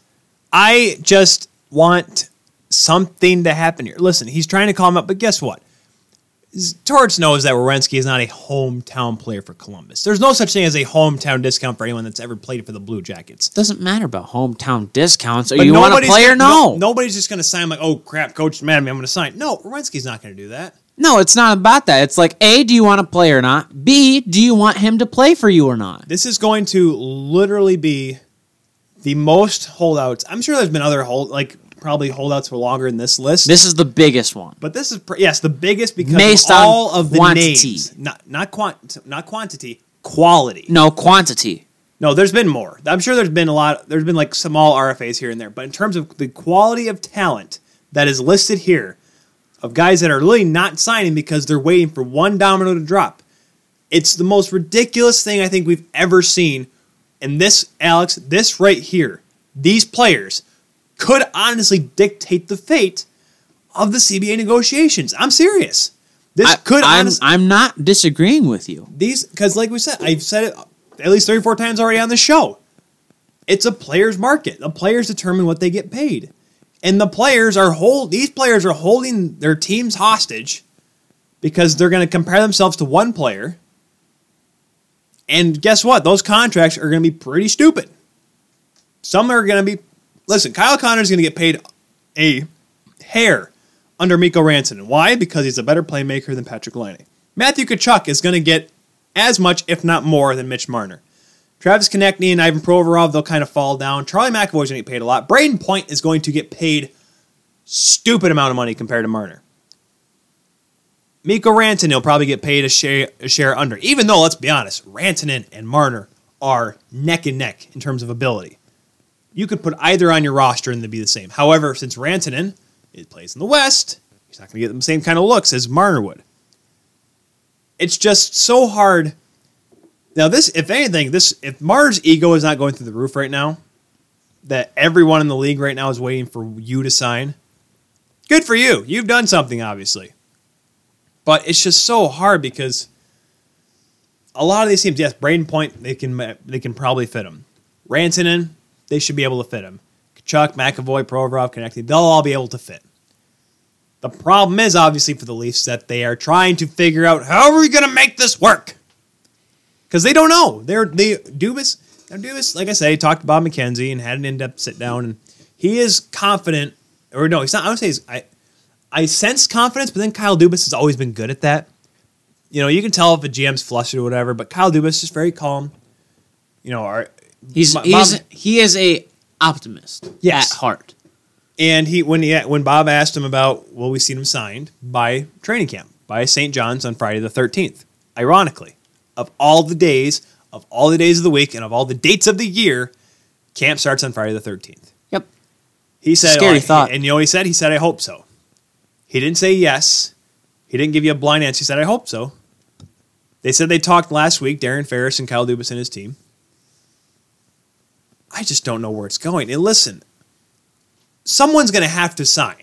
S2: I just want something to happen here. Listen, he's trying to calm up, but guess what? Z- Torts knows that Wierenski is not a hometown player for Columbus. There's no such thing as a hometown discount for anyone that's ever played for the Blue Jackets.
S1: Doesn't matter about hometown discounts. Or
S2: But
S1: you want a
S2: nobody's
S1: player?
S2: gonna-
S1: No.
S2: no- Nobody's just going to sign like, oh crap, coach mad at me, I'm going to sign. No, Wierenski's not going to do that.
S1: no, it's not about that. It's like A, do you want a player or not? B, do you want him to play for you or not?
S2: This is going to literally be the most holdouts. I'm sure there's been other hold like probably holdouts for longer in this list.
S1: This is the biggest one.
S2: but this is pr- yes the biggest because
S1: Based
S2: of
S1: on
S2: all of the
S1: quantity.
S2: names, not not quant not quantity, quality.
S1: No quantity.
S2: No, there's been more. I'm sure there's been a lot. There's been like small RFAs here and there, but in terms of the quality of talent that is listed here, of guys that are really not signing because they're waiting for one domino to drop, it's the most ridiculous thing I think we've ever seen. And this, Alex, this right here, these players could honestly dictate the fate of the CBA negotiations. I'm serious. This
S1: I,
S2: could
S1: I'm,
S2: honestly
S1: I'm not disagreeing with you.
S2: these because like we said i've said it at least three or four times already on the show it's a player's market the players determine what they get paid and the players are hold these players are holding their teams hostage because they're going to compare themselves to one player and guess what those contracts are going to be pretty stupid some are going to be listen kyle connor's going to get paid a hair under Miko Rantanen. Why? Because he's a better playmaker than Patrick Laine. Matthew Kachuk is going to get as much, if not more, than Mitch Marner. Travis Konechny and Ivan Provorov, they'll kind of fall down. Charlie McAvoy's going to get paid a lot. Braden Point is going to get paid stupid amount of money compared to Marner. Miko Rantanen will probably get paid a share, a share under, even though, let's be honest, Rantanen and Marner are neck and neck in terms of ability you could put either on your roster and they'd be the same. However, since Rantanen it plays in the West, he's not going to get the same kind of looks as Marner would. It's just so hard. Now, this, if anything, this if Marner's ego is not going through the roof right now, that everyone in the league right now is waiting for you to sign. Good for you. You've done something, obviously. But it's just so hard because a lot of these teams, yes, Braden Point, they can they can probably fit him. Rantanen, they should be able to fit him. Kachuk, McAvoy, Provorov, Connecting, they'll all be able to fit. The problem is obviously for the Leafs that they are trying to figure out how are we going to make this work because they don't know. They're they Dubas. Now Dubas, like I say, talked to Bob McKenzie and had an in-depth sit down, and he is confident. Or no, he's not. I would say he's, I. I sense confidence, but then Kyle Dubas has always been good at that. You know, you can tell if a GM's flustered or whatever, but Kyle Dubas is very calm. You know, are
S1: He's,
S2: My-
S1: he's
S2: my-
S1: he is a optimist
S2: Yes.
S1: at heart.
S2: And he when he when Bob asked him about well, we seen him signed by training camp by St. John's on Friday the thirteenth. Ironically, of all the days, of all the days of the week, and of all the dates of the year, camp starts on Friday the thirteenth.
S5: Yep.
S2: He said
S5: Scary
S2: "Oh, I-
S5: thought.
S2: and you know what he said? He said, I hope so. He didn't say yes. He didn't give you a blind answer. He said, I hope so. They said they talked last week, Darren Ferris and Kyle Dubas and his team. I just don't know where it's going. And listen, someone's going to have to sign.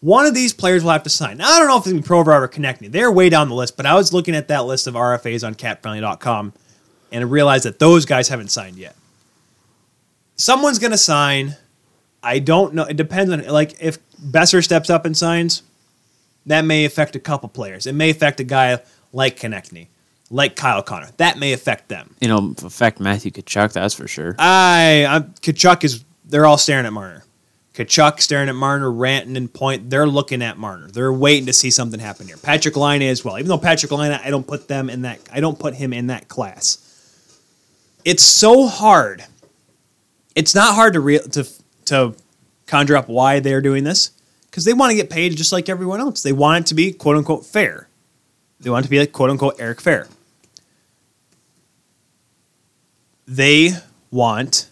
S2: One of these players will have to sign. Now, I don't know if it's going to be Provar or Konechny. They're way down the list, but I was looking at that list of RFAs on catfriendly.com and I realized that those guys haven't signed yet. Someone's going to sign. I don't know. It depends on, like, if Besser steps up and signs, that may affect a couple players. It may affect a guy like Konechny, like Kyle Connor. That may affect them.
S5: It'll affect Matthew Kachuk, that's for sure.
S2: I, I'm, Kachuk is. They're all staring at Marner. Kachuk staring at Marner, ranting and point. They're looking at Marner. They're waiting to see something happen here. Patrick Line as well. Even though Patrick Line, I don't put them in that. I don't put him in that class. It's so hard. It's not hard to real to to conjure up why they're doing this because they want to get paid just like everyone else. They want it to be quote unquote fair. They want it to be like quote unquote Eric Fair they want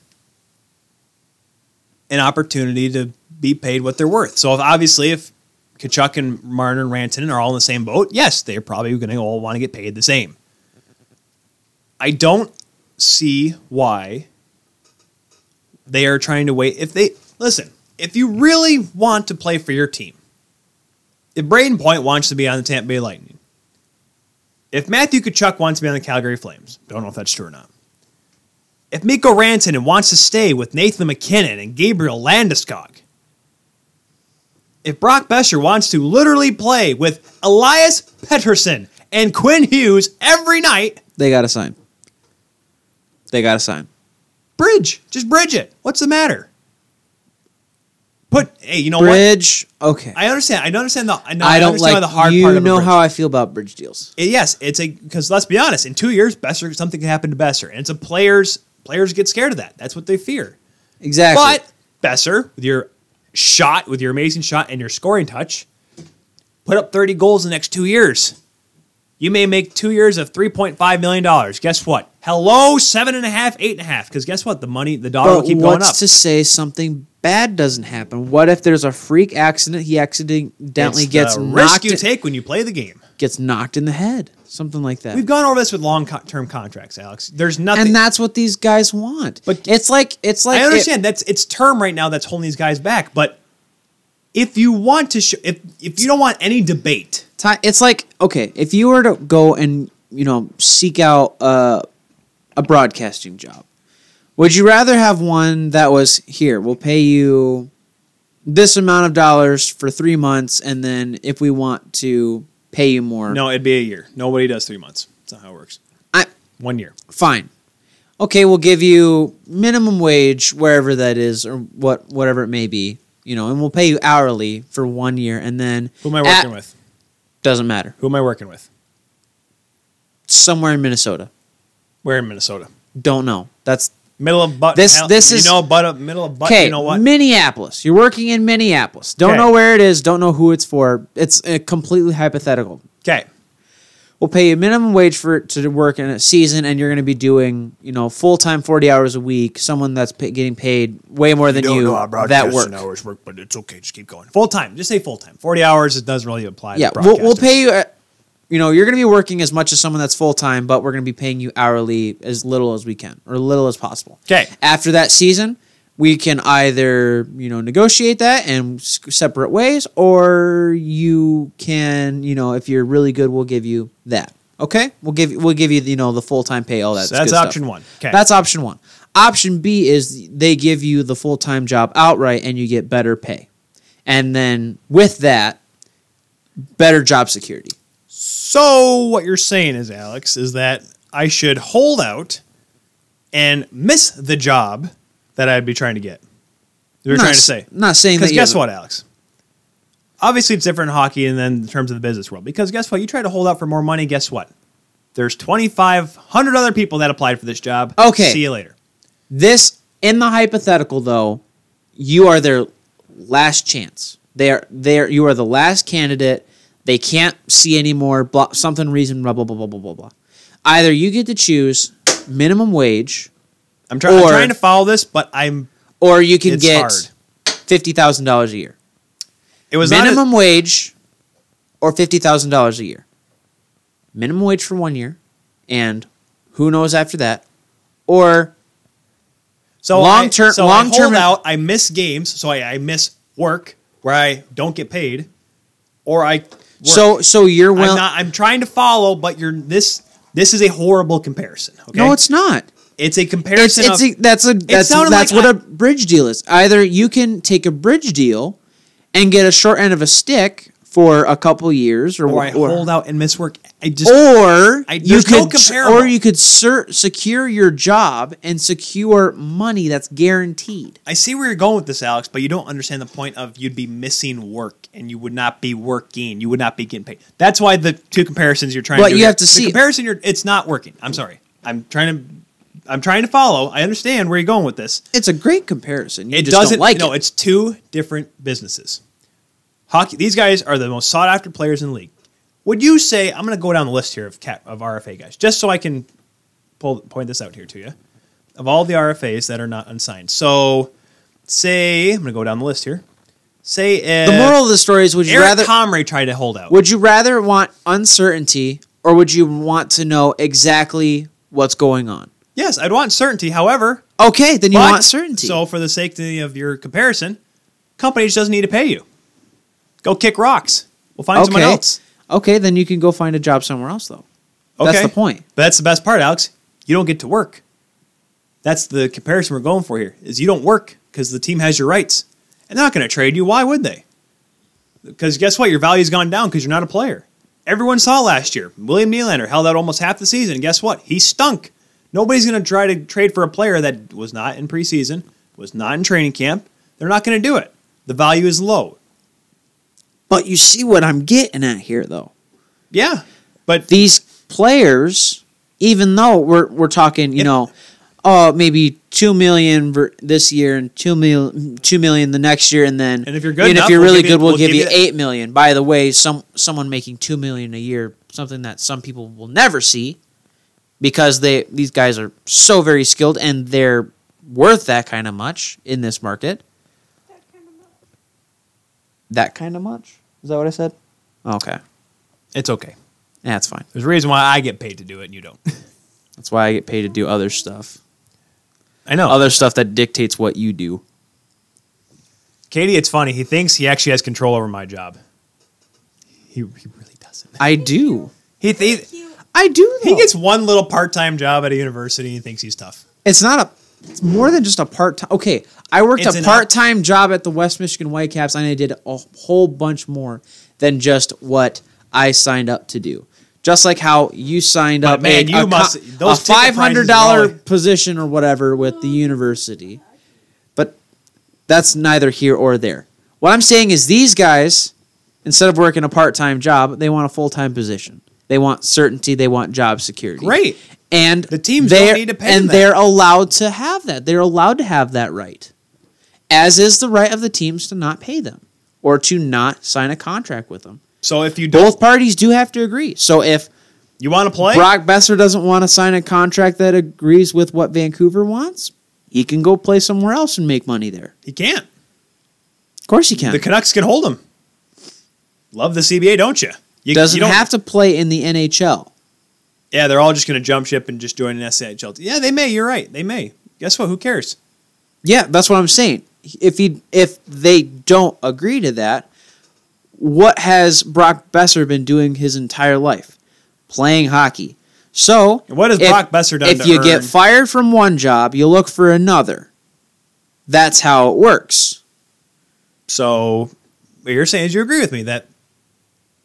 S2: an opportunity to be paid what they're worth. So if, obviously, if Kachuk and Marner and Rantanen are all in the same boat, yes, they're probably going to all want to get paid the same. I don't see why they are trying to wait. If they listen, if you really want to play for your team, if Braden Point wants to be on the Tampa Bay Lightning, if Matthew Kachuk wants to be on the Calgary Flames, don't know if that's true or not if Miko Rantanen wants to stay with Nathan McKinnon and Gabriel Landeskog, if Brock Besser wants to literally play with Elias Pettersson and Quinn Hughes every night,
S1: They got to sign. They got to sign.
S2: bridge, just bridge it. What's the matter? Put hey, you know what?
S1: Bridge. Okay. I,
S2: I understand. I don't understand the. I, know, I
S1: don't
S2: understand
S1: like
S2: the hard
S1: you
S2: part. of a
S1: know
S2: bridge.
S1: how I feel about bridge deals.
S2: It- yes, it's a because let's be honest. In two years, Besser something can happen to Besser, and it's a players. Players get scared of that. That's what they fear.
S1: Exactly.
S2: But Besser, with your shot, with your amazing shot and your scoring touch, put up 30 goals in the next two years. You may make two years of $3.5 million. Guess what? Hello, seven and a half, eight and a half. Because guess what? The money, the dollar will
S1: But
S2: keep going
S1: what's
S2: up.
S1: to say something bad doesn't happen? What if there's a freak accident? He accidentally
S2: It's
S1: gets
S2: the
S1: knocked,
S2: risk you
S1: in-
S2: take when you play the game.
S1: gets knocked in the head, something like that.
S2: We've gone over this with long co- term contracts, Alex. There's nothing.
S1: and that's what these guys want.
S2: But-
S1: But it's like it's like
S2: I
S1: it-
S2: understand that's it's term right now that's holding these guys back. But if you want to, show, if if you don't want any debate,
S1: ti- it's like okay, if you were to go and you know seek out uh, a broadcasting job, would you rather have one that was here? We'll pay you this amount of dollars for three months, and then if we want to pay you more,
S2: no, it'd be a year. Nobody does three months. That's not how it works.
S1: I,
S2: One year.
S1: fine. Okay, we'll give you minimum wage wherever that is or what whatever it may be, you know, and we'll pay you hourly for one year and then
S2: Who am I
S1: at-
S2: working with?
S1: Doesn't matter.
S2: Who am I working with?
S1: Somewhere in Minnesota.
S2: We're in Minnesota.
S1: Don't know. That's
S2: Middle of butt.
S1: This-
S2: Al-
S1: this
S2: you
S1: is-
S2: know butt up middle of butt.
S1: okay.
S2: You know what?
S1: Minneapolis. You're working in Minneapolis. Don't
S2: Okay.
S1: know where it is. Don't know who it's for. It's uh, completely hypothetical.
S2: Okay.
S1: We'll pay you minimum wage for to work in a season, and you're going to be doing you know full time forty hours a week. Someone that's pa getting paid way more than you that work.
S2: hours work, but it's okay. Just keep going. Full time. Just say full time. Forty hours. It doesn't really apply.
S1: yeah
S2: to
S1: we'll, we'll
S2: broadcasters.
S1: pay you uh, you know you're going to be working as much as someone that's full-time but we're going to be paying you hourly as little as we can or little as possible
S2: 'Kay.
S1: after that season we can either you know negotiate that and s- separate ways or you can you know if you're really good we'll give you that okay we'll give we'll give you you know the full-time pay all that
S2: So that's
S1: good stuff.
S2: option one. 'Kay.
S1: that's option one option b is they give you the full-time job outright and you get better pay and then with that better job security.
S2: So what you're saying is, Alex, is that I should hold out and miss the job that I'd be trying to get. You're
S1: Not
S2: trying to
S1: s-
S2: say.
S1: Not saying that.
S2: Because
S1: you
S2: guess
S1: have-
S2: what, Alex? Obviously, it's different in hockey and then in terms of the business world. Because guess what? You try to hold out for more money. Guess what? There's 2,500 other people that applied for this job.
S1: Okay.
S2: See you later.
S1: This in the hypothetical though, you are their last chance. They are there. You are the last candidate. They can't see anymore. Blah, something reason. Blah blah blah blah blah blah blah. Either you get to choose minimum wage,
S2: I'm, try- I'm
S1: Or-
S2: trying to follow this, but I'm.
S1: or you can
S2: It's
S1: get
S2: hard.
S1: fifty thousand dollars a year.
S2: It was not a-
S1: minimum wage or fifty thousand dollars a year. Minimum wage for one year, and who knows after that, or
S2: So
S1: Long
S2: I-
S1: term-
S2: so
S1: long
S2: I
S1: term-
S2: hold out. I miss games, so I, I miss work where I don't get paid, or I. Work.
S1: so so you're
S2: I'm
S1: well.
S2: not. I'm trying to follow, but you're this. This is a horrible comparison. Okay,
S1: No, it's not.
S2: it's a
S1: It's
S2: comparison.
S1: it's
S2: of,
S1: a, that's a that's
S2: sounded
S1: that's
S2: like
S1: what
S2: I-
S1: a bridge deal is. Either you can take a bridge deal and get a short end of a stick for a couple years, or
S2: or Oh, I
S1: or, Oh.
S2: hold out and miss work. I just
S1: or
S2: I-
S1: you
S2: there's no
S1: could s-
S2: comparable.
S1: or you could ser- secure your job and secure money that's guaranteed.
S2: I see where you're going with this, Alex, but you don't understand the point of you'd be missing work and you would not be working. You would not be getting paid. That's why the two comparisons you're trying
S1: But
S2: to do
S1: you
S2: here-
S1: have to
S2: the
S1: see-
S2: comparison you're it's not working. I'm sorry. I'm trying to I'm trying to follow. I understand where you're going with this.
S1: It's a great comparison. You
S2: It
S1: just
S2: doesn't
S1: don't like
S2: no,
S1: it.
S2: it's two different businesses. Hockey these guys are the most sought after players in the league. Would you say I'm going to go down the list here of cap, of RFA guys just so I can pull point this out here to you. Of all the RFAs that are not unsigned. So say I'm going to go down the list here. Say if
S1: The moral of the story is: Would you
S2: Eric
S1: rather
S2: Comrie tried to hold out.
S1: would you rather want uncertainty, or would you want to know exactly what's going on?
S2: yes, I'd want certainty. However,
S1: Okay, then you
S2: but-
S1: want certainty.
S2: So for the sake of your comparison, company just doesn't need to pay you. Go kick rocks. We'll find someone else.
S1: Okay, then you can go find a job somewhere else, though. That's the point.
S2: But that's the best part, Alex. You don't get to work. That's the comparison we're going for here. Is you don't work because the team has your rights, and they're not going to trade you. Why would they? Because guess what? Your value's gone down because you're not a player. Everyone saw last year. William Nylander held out almost half the season. And guess what? He stunk. Nobody's going to try to trade for a player that was not in preseason, was not in training camp. They're not going to do it. The value is low.
S1: But you see what I'm getting at here, though.
S2: Yeah, but
S1: These players, even though we're we're talking, you know, oh maybe two million ver- this year and two million two million the next year, and then
S2: And if you're good
S1: and
S2: enough,
S1: if you're
S2: we'll
S1: really
S2: give you-
S1: good, we'll,
S2: we'll
S1: give,
S2: give
S1: you
S2: you the-
S1: eight million. By the way, some someone making two million a year, something that some people will never see, because they these guys are so very skilled and they're worth that kind of much in this market. That kind of much is that what I said? Okay,
S2: it's okay.
S1: that's fine.
S2: There's a reason why I get paid to do it and
S1: [laughs]
S2: you don't.
S1: That's why I get paid to do other stuff.
S2: I know.
S1: Other stuff that dictates what you do.
S2: Katie, it's funny. He thinks he actually has control over my job. He, he really doesn't.
S1: I do.
S2: He, th-
S3: Cute.
S1: I do.
S2: he gets one little part time job at a university and he thinks he's tough.
S1: It's not a. It's more than just a part time. Okay, I worked
S2: It's
S1: a
S2: an-
S1: part time job at the West Michigan Whitecaps, and I did a whole bunch more than just what I signed up to do. Just like how you signed
S2: But
S1: up,
S2: man,
S1: a-
S2: you
S1: a, co-
S2: must-
S1: a
S2: those ticket
S1: five hundred dollar
S2: prices are
S1: position or whatever with the university, but that's neither here or there. What I'm saying is these guys, instead of working a part time job, they want a full time position. They want certainty. They want job security.
S2: Great.
S1: And
S2: The teams
S1: they're-
S2: don't need to pay
S1: and
S2: them that.
S1: they're allowed to have that. They're allowed to have that right, as is the right of the teams to not pay them or to not sign a contract with them.
S2: So if you don't,
S1: Both parties do have to agree. So if
S2: you want to play?
S1: Brock Besser doesn't want to sign a contract that agrees with what Vancouver wants, he can go play somewhere else and make money there.
S2: he can't.
S1: Of course, he can.
S2: The Canucks can hold him. Love the CBA, don't you? you
S1: doesn't
S2: you don't-
S1: have to play in the NHL.
S2: Yeah, they're all just going to jump ship and just join an SHL. Yeah, they may. You're right. They may. Guess what? Who cares?
S1: Yeah, that's what I'm saying. If he if they don't agree to that, what has Brock Besser been doing his entire life? Playing hockey. So
S2: What has
S1: if-
S2: Brock Besser done
S1: If
S2: to
S1: you get
S2: earn-
S1: fired from one job, you look for another. That's how it works.
S2: So what you're saying is you agree with me that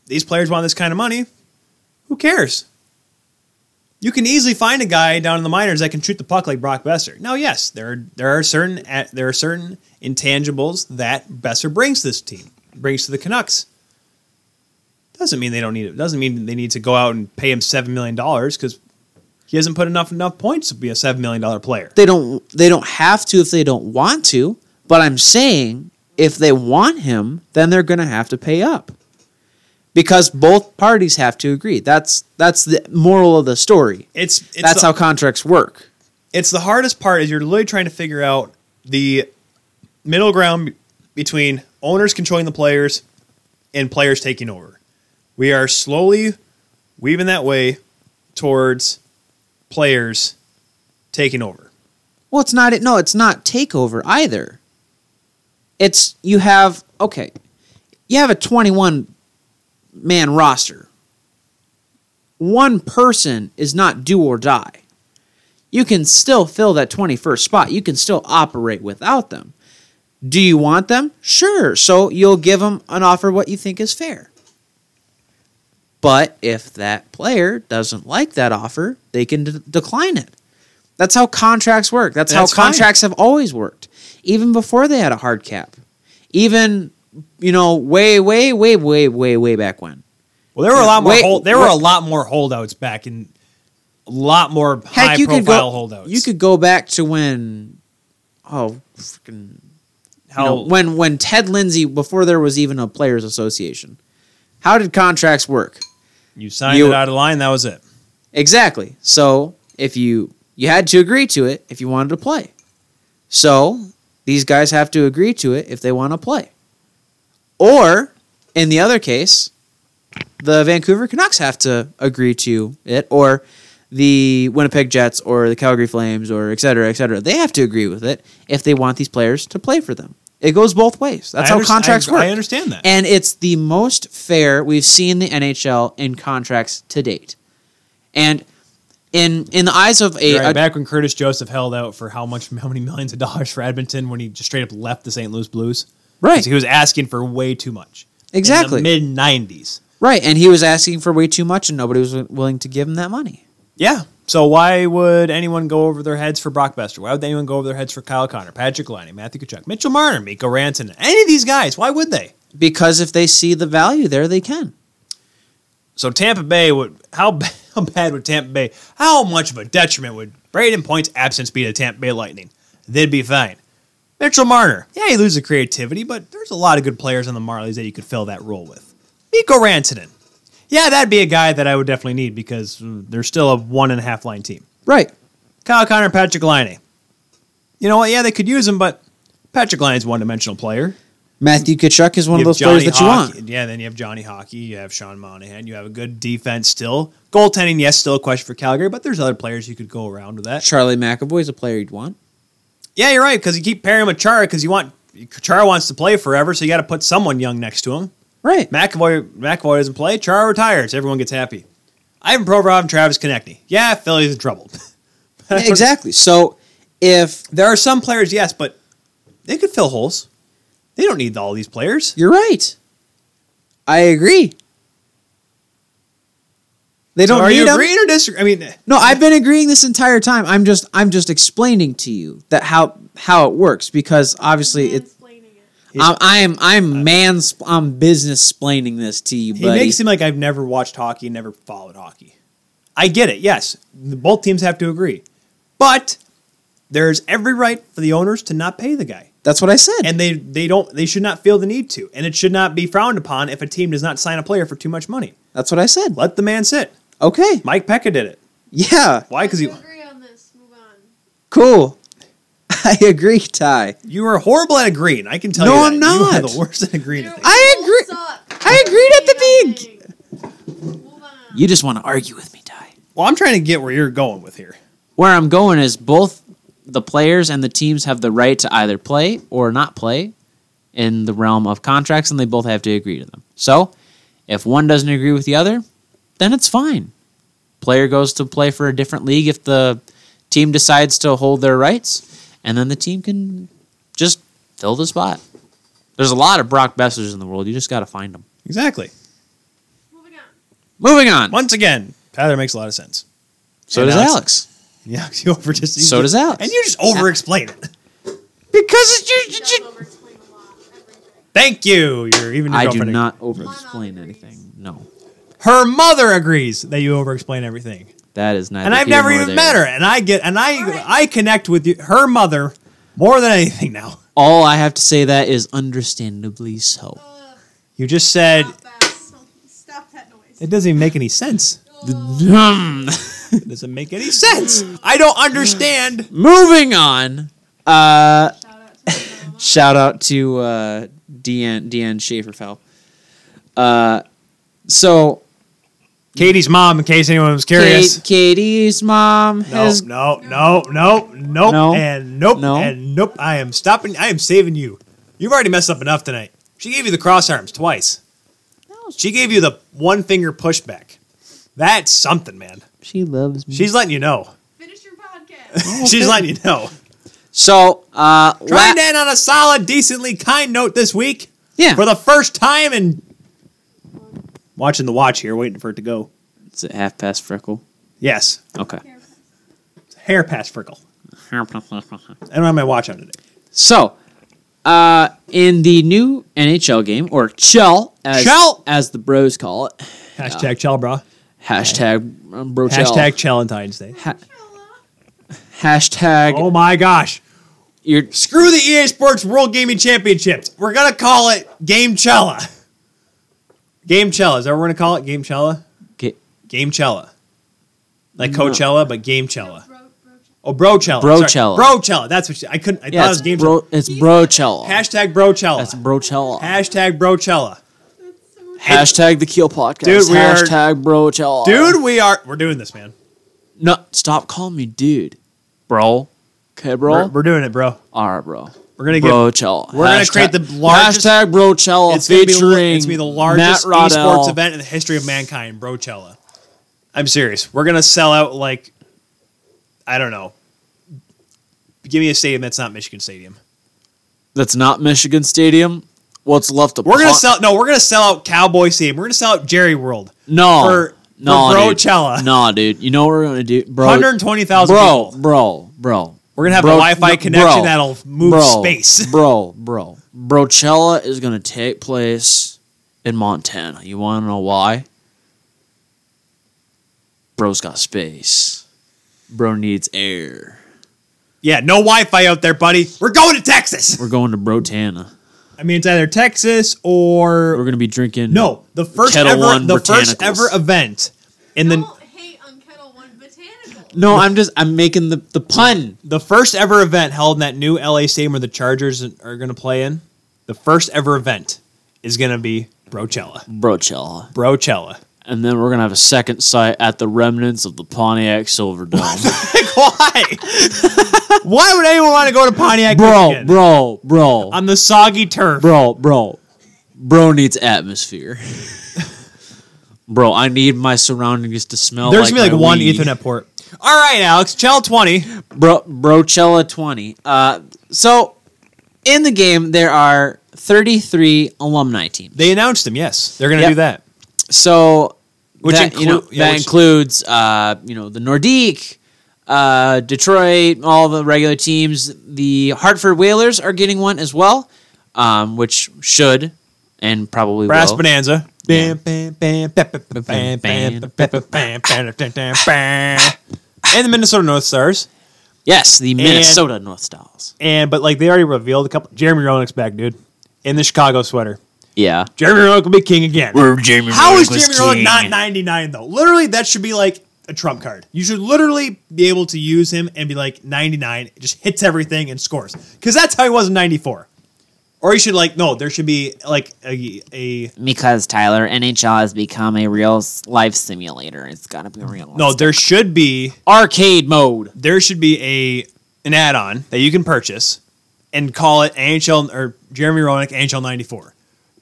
S2: these players want this kind of money. Who cares? You can easily find a guy down in the minors that can shoot the puck like Brock Besser. Now, yes, there are, there are certain at- there are certain intangibles that Besser brings to this team, brings to the Canucks. Doesn't mean they don't need it. Doesn't mean they need to go out and pay him seven million dollars because he hasn't put enough enough points to be a seven million dollar player.
S1: They don't they don't have to if they don't want to, but I'm saying if they want him, then they're going to have to pay up because both parties have to agree. That's that's the moral of the story.
S2: It's, it's
S1: that's
S2: the,
S1: how contracts work.
S2: it's the hardest part is you're literally trying to figure out the middle ground between owners controlling the players and players taking over. We are slowly weaving that way towards players taking over.
S1: Well, it's not. No, it's not takeover either. It's you have okay, you have a twenty-one man roster. One person is not do or die. You can still fill that twenty-first spot. You can still operate without them. Do you want them? Sure. So you'll give them an offer what you think is fair. But if that player doesn't like that offer, they can d- decline it. That's how contracts work. That's,
S2: That's
S1: how
S2: fine.
S1: contracts have always worked, even before they had a hard cap, even you know way, way, way, way, way, way back when.
S2: Well, there were a lot more
S1: Wait,
S2: hol- there were a
S1: what-
S2: lot more holdouts back in a lot more high
S1: Heck, you
S2: profile
S1: could go.
S2: holdouts.
S1: You could go back to when, oh, freaking you
S2: how
S1: know, when when Ted Lindsay before there was even a players association. How did contracts work?
S2: you signed
S1: you-
S2: it out of line, that was it.
S1: Exactly. So if you you had to agree to it if you wanted to play. So these guys have to agree to it if they want to play. Or in the other case, the Vancouver Canucks have to agree to it, or the Winnipeg Jets, or the Calgary Flames, or et cetera, et cetera. They have to agree with it if they want these players to play for them. It goes both ways. That's
S2: I
S1: how
S2: underst-
S1: contracts
S2: I,
S1: work.
S2: I understand that.
S1: And it's the most fair we've seen the NHL in contracts to date. And in in the eyes of a,
S2: You're right,
S1: a-
S2: back when Curtis Joseph held out for how much [laughs] how many millions of dollars for Edmonton when he just straight up left the St. Louis Blues. 'Cause
S1: right,
S2: He was asking for way too much.
S1: Exactly.
S2: Mid nineties.
S1: right, and he was asking for way too much, and nobody was wi- willing to give him that money.
S2: Yeah. So why would anyone go over their heads for Brock Besser? Why would anyone go over their heads for Kyle Connor, Patrick Liney, Matthew Kachuk, Mitchell Marner, Miko Rantanen? Any of these guys? Why would they?
S1: Because if they see the value there, they can.
S2: So Tampa Bay would how, [laughs] b- how bad would Tampa Bay? How much of a detriment would Braden Point's absence be to Tampa Bay Lightning? They'd be fine. Mitchell Marner, yeah, he loses creativity, but there's a lot of good players on the Marlies that you could fill that role with. Miko Rantanen, yeah, that'd be a guy that I would definitely need because mm, they're still a one and a half line team.
S1: Right.
S2: Kyle Connor and Patrick Line. You know what? Yeah, they could use him, but Patrick Line's one dimensional player.
S1: Matthew Kachuk is one
S2: You
S1: of
S2: have
S1: those players that you
S2: Hockey-
S1: want.
S2: Yeah, then you have Johnny Hockey, you have Sean Monahan, you have a good defense still. Goaltending, yes, still a question for Calgary, but there's other players you could go around with that.
S1: Charlie McAvoy is a player you'd want.
S2: Yeah, you're right, because you keep pairing him with Chara because you want Chara wants to play forever, so you gotta put someone young next to him.
S1: Right.
S2: McAvoy McAvoy doesn't play, Chara retires, everyone gets happy. Ivan Provorov and Travis Konechny. Yeah, Philly's in trouble. [laughs]
S1: Yeah, exactly. So if
S2: There are some players, yes, but they could fill holes. They don't need all these players.
S1: You're right. I agree. They
S2: So
S1: don't
S2: are
S1: need
S2: you
S1: him.
S2: agreeing or disagreeing? I mean,
S1: No, I've been agreeing this entire time. I'm just I'm just explaining to you that how how it works because obviously
S2: Mm-hmm.
S1: it's
S3: Mansplaining it.
S1: I'm I'm I'm man's I'm business splaining this to you,
S2: He
S1: buddy.
S2: makes it seem like I've never watched hockey and never followed hockey. I get it. Yes, the- both teams have to agree, but there's every right for the owners to not pay the guy,
S1: That's what I said.
S2: and they they don't they should not feel the need to, and it should not be frowned upon if a team does not sign a player for too much money.
S1: That's what I said.
S2: Let the man sit.
S1: Okay.
S2: Mike Pekka did it.
S1: Yeah.
S2: Why? Because
S3: you
S2: you
S3: agree on this. Move on.
S1: Cool. [laughs] I agree, Ty.
S2: you are horrible at agreeing. I can tell
S1: No,
S2: you. that.
S1: I'm
S2: You are
S1: not.
S2: the worst at agreeing. at
S3: Your
S2: things.
S1: I
S3: rules
S1: agree-
S3: suck.
S1: I agreed at the
S3: Hate nothing. Move on.
S1: You just want to argue with me, Ty.
S2: Well, I'm trying to get where you're going with here.
S1: Where I'm going is both the players and the teams have the right to either play or not play in the realm of contracts, and they both have to agree to them. So, if one doesn't agree with the other, then it's fine. Player goes to play for a different league if the team decides to hold their rights, and then the team can just fill the spot. There's a lot of Brock Bessers in the world. You just got to find them.
S2: Exactly.
S3: Moving on.
S1: Moving on.
S2: Once again, Tyler makes a lot of sense.
S1: So does
S2: Alex.
S1: Alex.
S2: Yeah, [laughs] you over just
S1: So does Alex.
S2: and you just over explain it.
S1: Because it's
S3: Don't overexplain a lot. Everything.
S2: Thank you. You're even. Your
S1: I do
S2: girlfriend
S1: not
S3: Mom
S1: over-explain
S3: agrees.
S1: anything. No.
S2: ag- Her mother agrees that you over explain everything,
S1: That is neither
S2: and I've
S1: here
S2: never
S1: nor
S2: even
S1: there.
S2: met her, and I get and I
S3: All right.
S2: I connect with you, her mother more than anything now.
S1: All I have to say that is understandably so.
S3: Ugh,
S2: You just said
S3: stop that. Stop that noise.
S2: it doesn't even make any sense. [laughs]
S6: [laughs]
S2: It doesn't make any sense. I don't understand.
S1: Moving on. Uh,
S3: Shout out to
S2: [laughs]
S3: my mama.
S6: Shout out to uh, Deanne, Deanne Schaeferfell. Uh, so
S2: Katie's mom, in case anyone was
S6: Kate, Katie's mom has
S2: no, no, no,
S6: No.
S2: no, no, and nope,
S6: No.
S2: and nope. I am stopping. I am saving you. You've already messed up enough tonight. She gave you the cross arms twice. She gave you the one finger pushback. That's something, man.
S6: she loves me.
S2: She's letting you know.
S3: Finish your podcast.
S2: She's letting you know.
S6: so uh, la-
S2: Trying to end on a solid, decently kind note this week
S6: yeah,
S2: for the first time in. Watching the watch here, waiting for it to go.
S1: it's at half past freckle.
S2: Yes, [laughs]
S1: Okay.
S2: hair pass frickle. I don't have my watch on today.
S6: so uh, in the new NHL game or Chell as
S2: Chell!
S6: as the bros call it
S2: Hashtag chell, bra.
S1: Hashtag um, bro Chell.
S2: Hashtag Chalentine's Day.
S1: Hashtag
S2: Oh my gosh.
S1: your
S2: Screw the EA Sports World Gaming Championships. We're gonna call it Gamechella. Gamechella. Is that what we're gonna call it? Gamechella.
S1: Ga-
S2: Gamechella. Like Coachella, but Gamechella.
S3: Bro- bro-
S2: Oh, Brochella.
S1: Brochella.
S2: Sorry. Brochella. That's what she, I couldn't. I
S1: yeah,
S2: thought it
S1: it's
S2: was Gamechella.
S1: bro, it's bro Chell.
S2: Hashtag Brochella.
S1: That's bro Chell.
S2: Hashtag Brochella.
S1: Hashtag the Keel podcast.
S2: Dude, we are-
S1: Hashtag bro Chell.
S2: Dude, we are. We're doing this, man.
S1: no, stop calling me dude, bro. Okay, bro.
S2: We're, we're doing it, bro.
S1: All right, bro.
S2: We're gonna get.
S1: Bro Chell.
S2: We're gonna create the largest-
S1: hashtag bro Chell
S2: It's gonna, be,
S1: featuring
S2: the- it's gonna be the largest
S1: Matt Rodell.
S2: esports event in the history of mankind, Brochella. I'm serious. We're gonna sell out like I don't know. Give me a stadium that's not Michigan Stadium.
S1: That's not Michigan Stadium. What's left of
S2: We're gonna
S1: Pon-
S2: sell no, we're gonna sell out Cowboy Stadium. We're gonna sell out Jerry World.
S1: no
S2: for-
S1: no
S2: for bro
S1: dude.
S2: Chella.
S1: No, dude. You know what we're gonna do, bro.
S2: 120,000
S1: bro,
S2: people.
S1: bro, bro.
S2: We're gonna have
S1: Bro-
S2: a Wi-Fi
S1: no,
S2: connection
S1: bro,
S2: that'll move
S1: bro,
S2: space. [laughs]
S1: bro, bro. Brochella is gonna take place in Montana. You wanna know why? Bro's got space. Bro needs air.
S2: Yeah, no Wi-Fi out there, buddy. We're going to Texas.
S1: We're going to Brotana.
S2: I mean, it's either Texas or
S1: We're gonna be drinking.
S2: no. The first
S1: Kettle
S2: ever,
S1: One
S2: the first
S1: Botanicals.
S2: ever event in the
S3: Don't hate on Kettle One Botanical.
S1: no. I'm just. I'm making the the pun.
S2: the first ever event held in that new LA stadium where the Chargers are going to play in, the first ever event is going to be Brochella.
S1: Brochella.
S2: Brochella.
S1: And then we're gonna have a second site at the remnants of the Pontiac Silverdome.
S2: Why? Why would anyone want to go to Pontiac,
S1: bro,
S2: Michigan?
S1: bro, bro,
S2: On the soggy turf.
S1: bro, bro, bro needs
S2: [laughs]
S1: atmosphere. bro, I need my surroundings to smell.
S2: There's gonna be
S1: my
S2: like one
S1: weed.
S2: Ethernet port. All right, Alex, Chell twenty.
S1: Bro, Brochella twenty. Uh, so in the game there are thirty three alumni teams.
S2: They announced him. Yes, they're gonna
S1: Yep.
S2: do that.
S1: So
S2: Which
S1: that, you know,
S2: inclu- yeah,
S1: that
S2: which-
S1: includes uh, you know the Nordique, uh, Detroit, all the regular teams. The Hartford Whalers are getting one as well, um, which should and probably
S2: Brass
S1: will.
S2: Bonanza.
S1: Yeah.
S2: And the Minnesota North Stars.
S1: Yes, the Minnesota North Stars.
S2: And but like they already revealed a couple. Jeremy Roenick's back, dude, in the Chicago sweater.
S1: Yeah.
S2: Jeremy Roenick will be king again.
S1: Jamie
S2: How is Jeremy Roenick not 99 though? Literally, that should be like a trump card. You should literally be able to use him and be like 99, just hits everything and scores because that's how he was in 94. Or you should like no, there should be like a, a
S7: because Tyler, NHL has become a real s- life simulator. It's got to be real.
S2: no, there should be
S1: Arcade mode.
S2: there should be a an add-on that you can purchase and call it NHL or Jeremy Roenick NHL 94.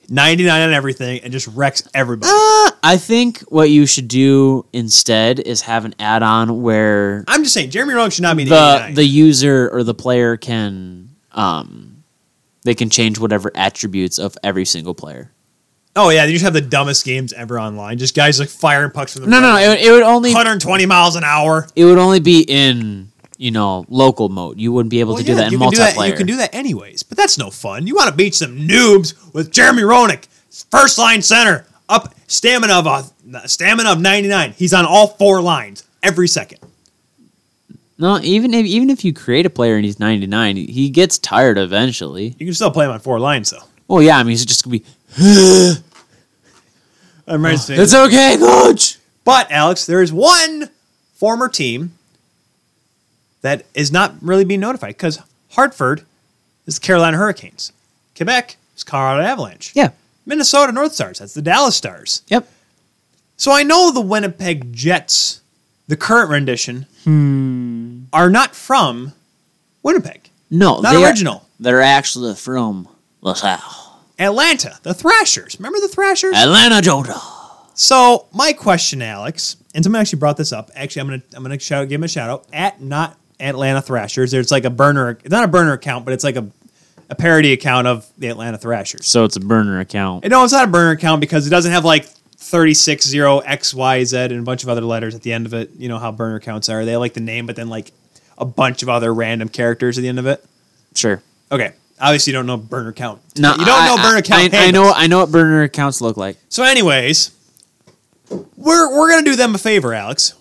S2: 99 on everything and just wrecks
S1: [gasps]
S2: everybody.
S1: I think what you should do instead is have an add-on where
S2: I'm just saying Jeremy Roenick should not be an
S1: the
S2: 89.
S1: the user or the player can um they can change whatever attributes of every single player.
S2: Oh yeah, they just have the dumbest games ever online. Just guys like firing pucks from the
S1: No, no, no. It, it would only
S2: 120 miles an hour.
S1: it would only be in you know local mode. You wouldn't be able to do that in
S2: you can do
S1: multiplayer.
S2: that. You can do that anyways, but that's no fun. You want to beat some noobs with Jeremy Roenick, first line center, up stamina of a stamina of 99. He's on all four lines every second.
S1: No, even if even if you create a player and he's ninety nine, he gets tired eventually.
S2: You can still play him on four lines though.
S1: Well, yeah, I mean he's just gonna be.
S2: I'm right saying.
S1: It's okay, coach.
S2: But Alex, there is one former team that is not really being notified because Hartford is the Carolina Hurricanes, Quebec is Colorado Avalanche,
S4: Yeah.
S2: Minnesota North Stars that's the Dallas Stars.
S4: Yep.
S2: So I know the Winnipeg Jets, the current rendition, are not from Winnipeg.
S4: No,
S2: Not
S4: they are-
S2: original.
S4: they're actually from LaSalle,
S2: Atlanta, the Thrashers. Remember the Thrashers?
S4: Atlanta, Georgia.
S2: So my question, Alex, and someone actually brought this up. Actually, I'm gonna I'm gonna shout give him a shout out at not Atlanta Thrashers. There's like a burner. It's not a burner account, but it's like a a parody account of the Atlanta Thrashers.
S1: So it's a burner account.
S2: And no, it's not a burner account because it doesn't have like 360XYZ and a bunch of other letters at the end of it. You know how burner accounts are. They have, like the name, but then like a bunch of other random characters at the end of it.
S1: Sure.
S2: Okay. Obviously, you don't know burner account.
S1: No,
S2: you don't
S1: I-
S2: know
S1: I-
S2: burner account.
S1: I, I
S2: handles.
S1: know. I know what burner accounts look like.
S2: So, anyways, we're we're gonna do them a favor, Alex.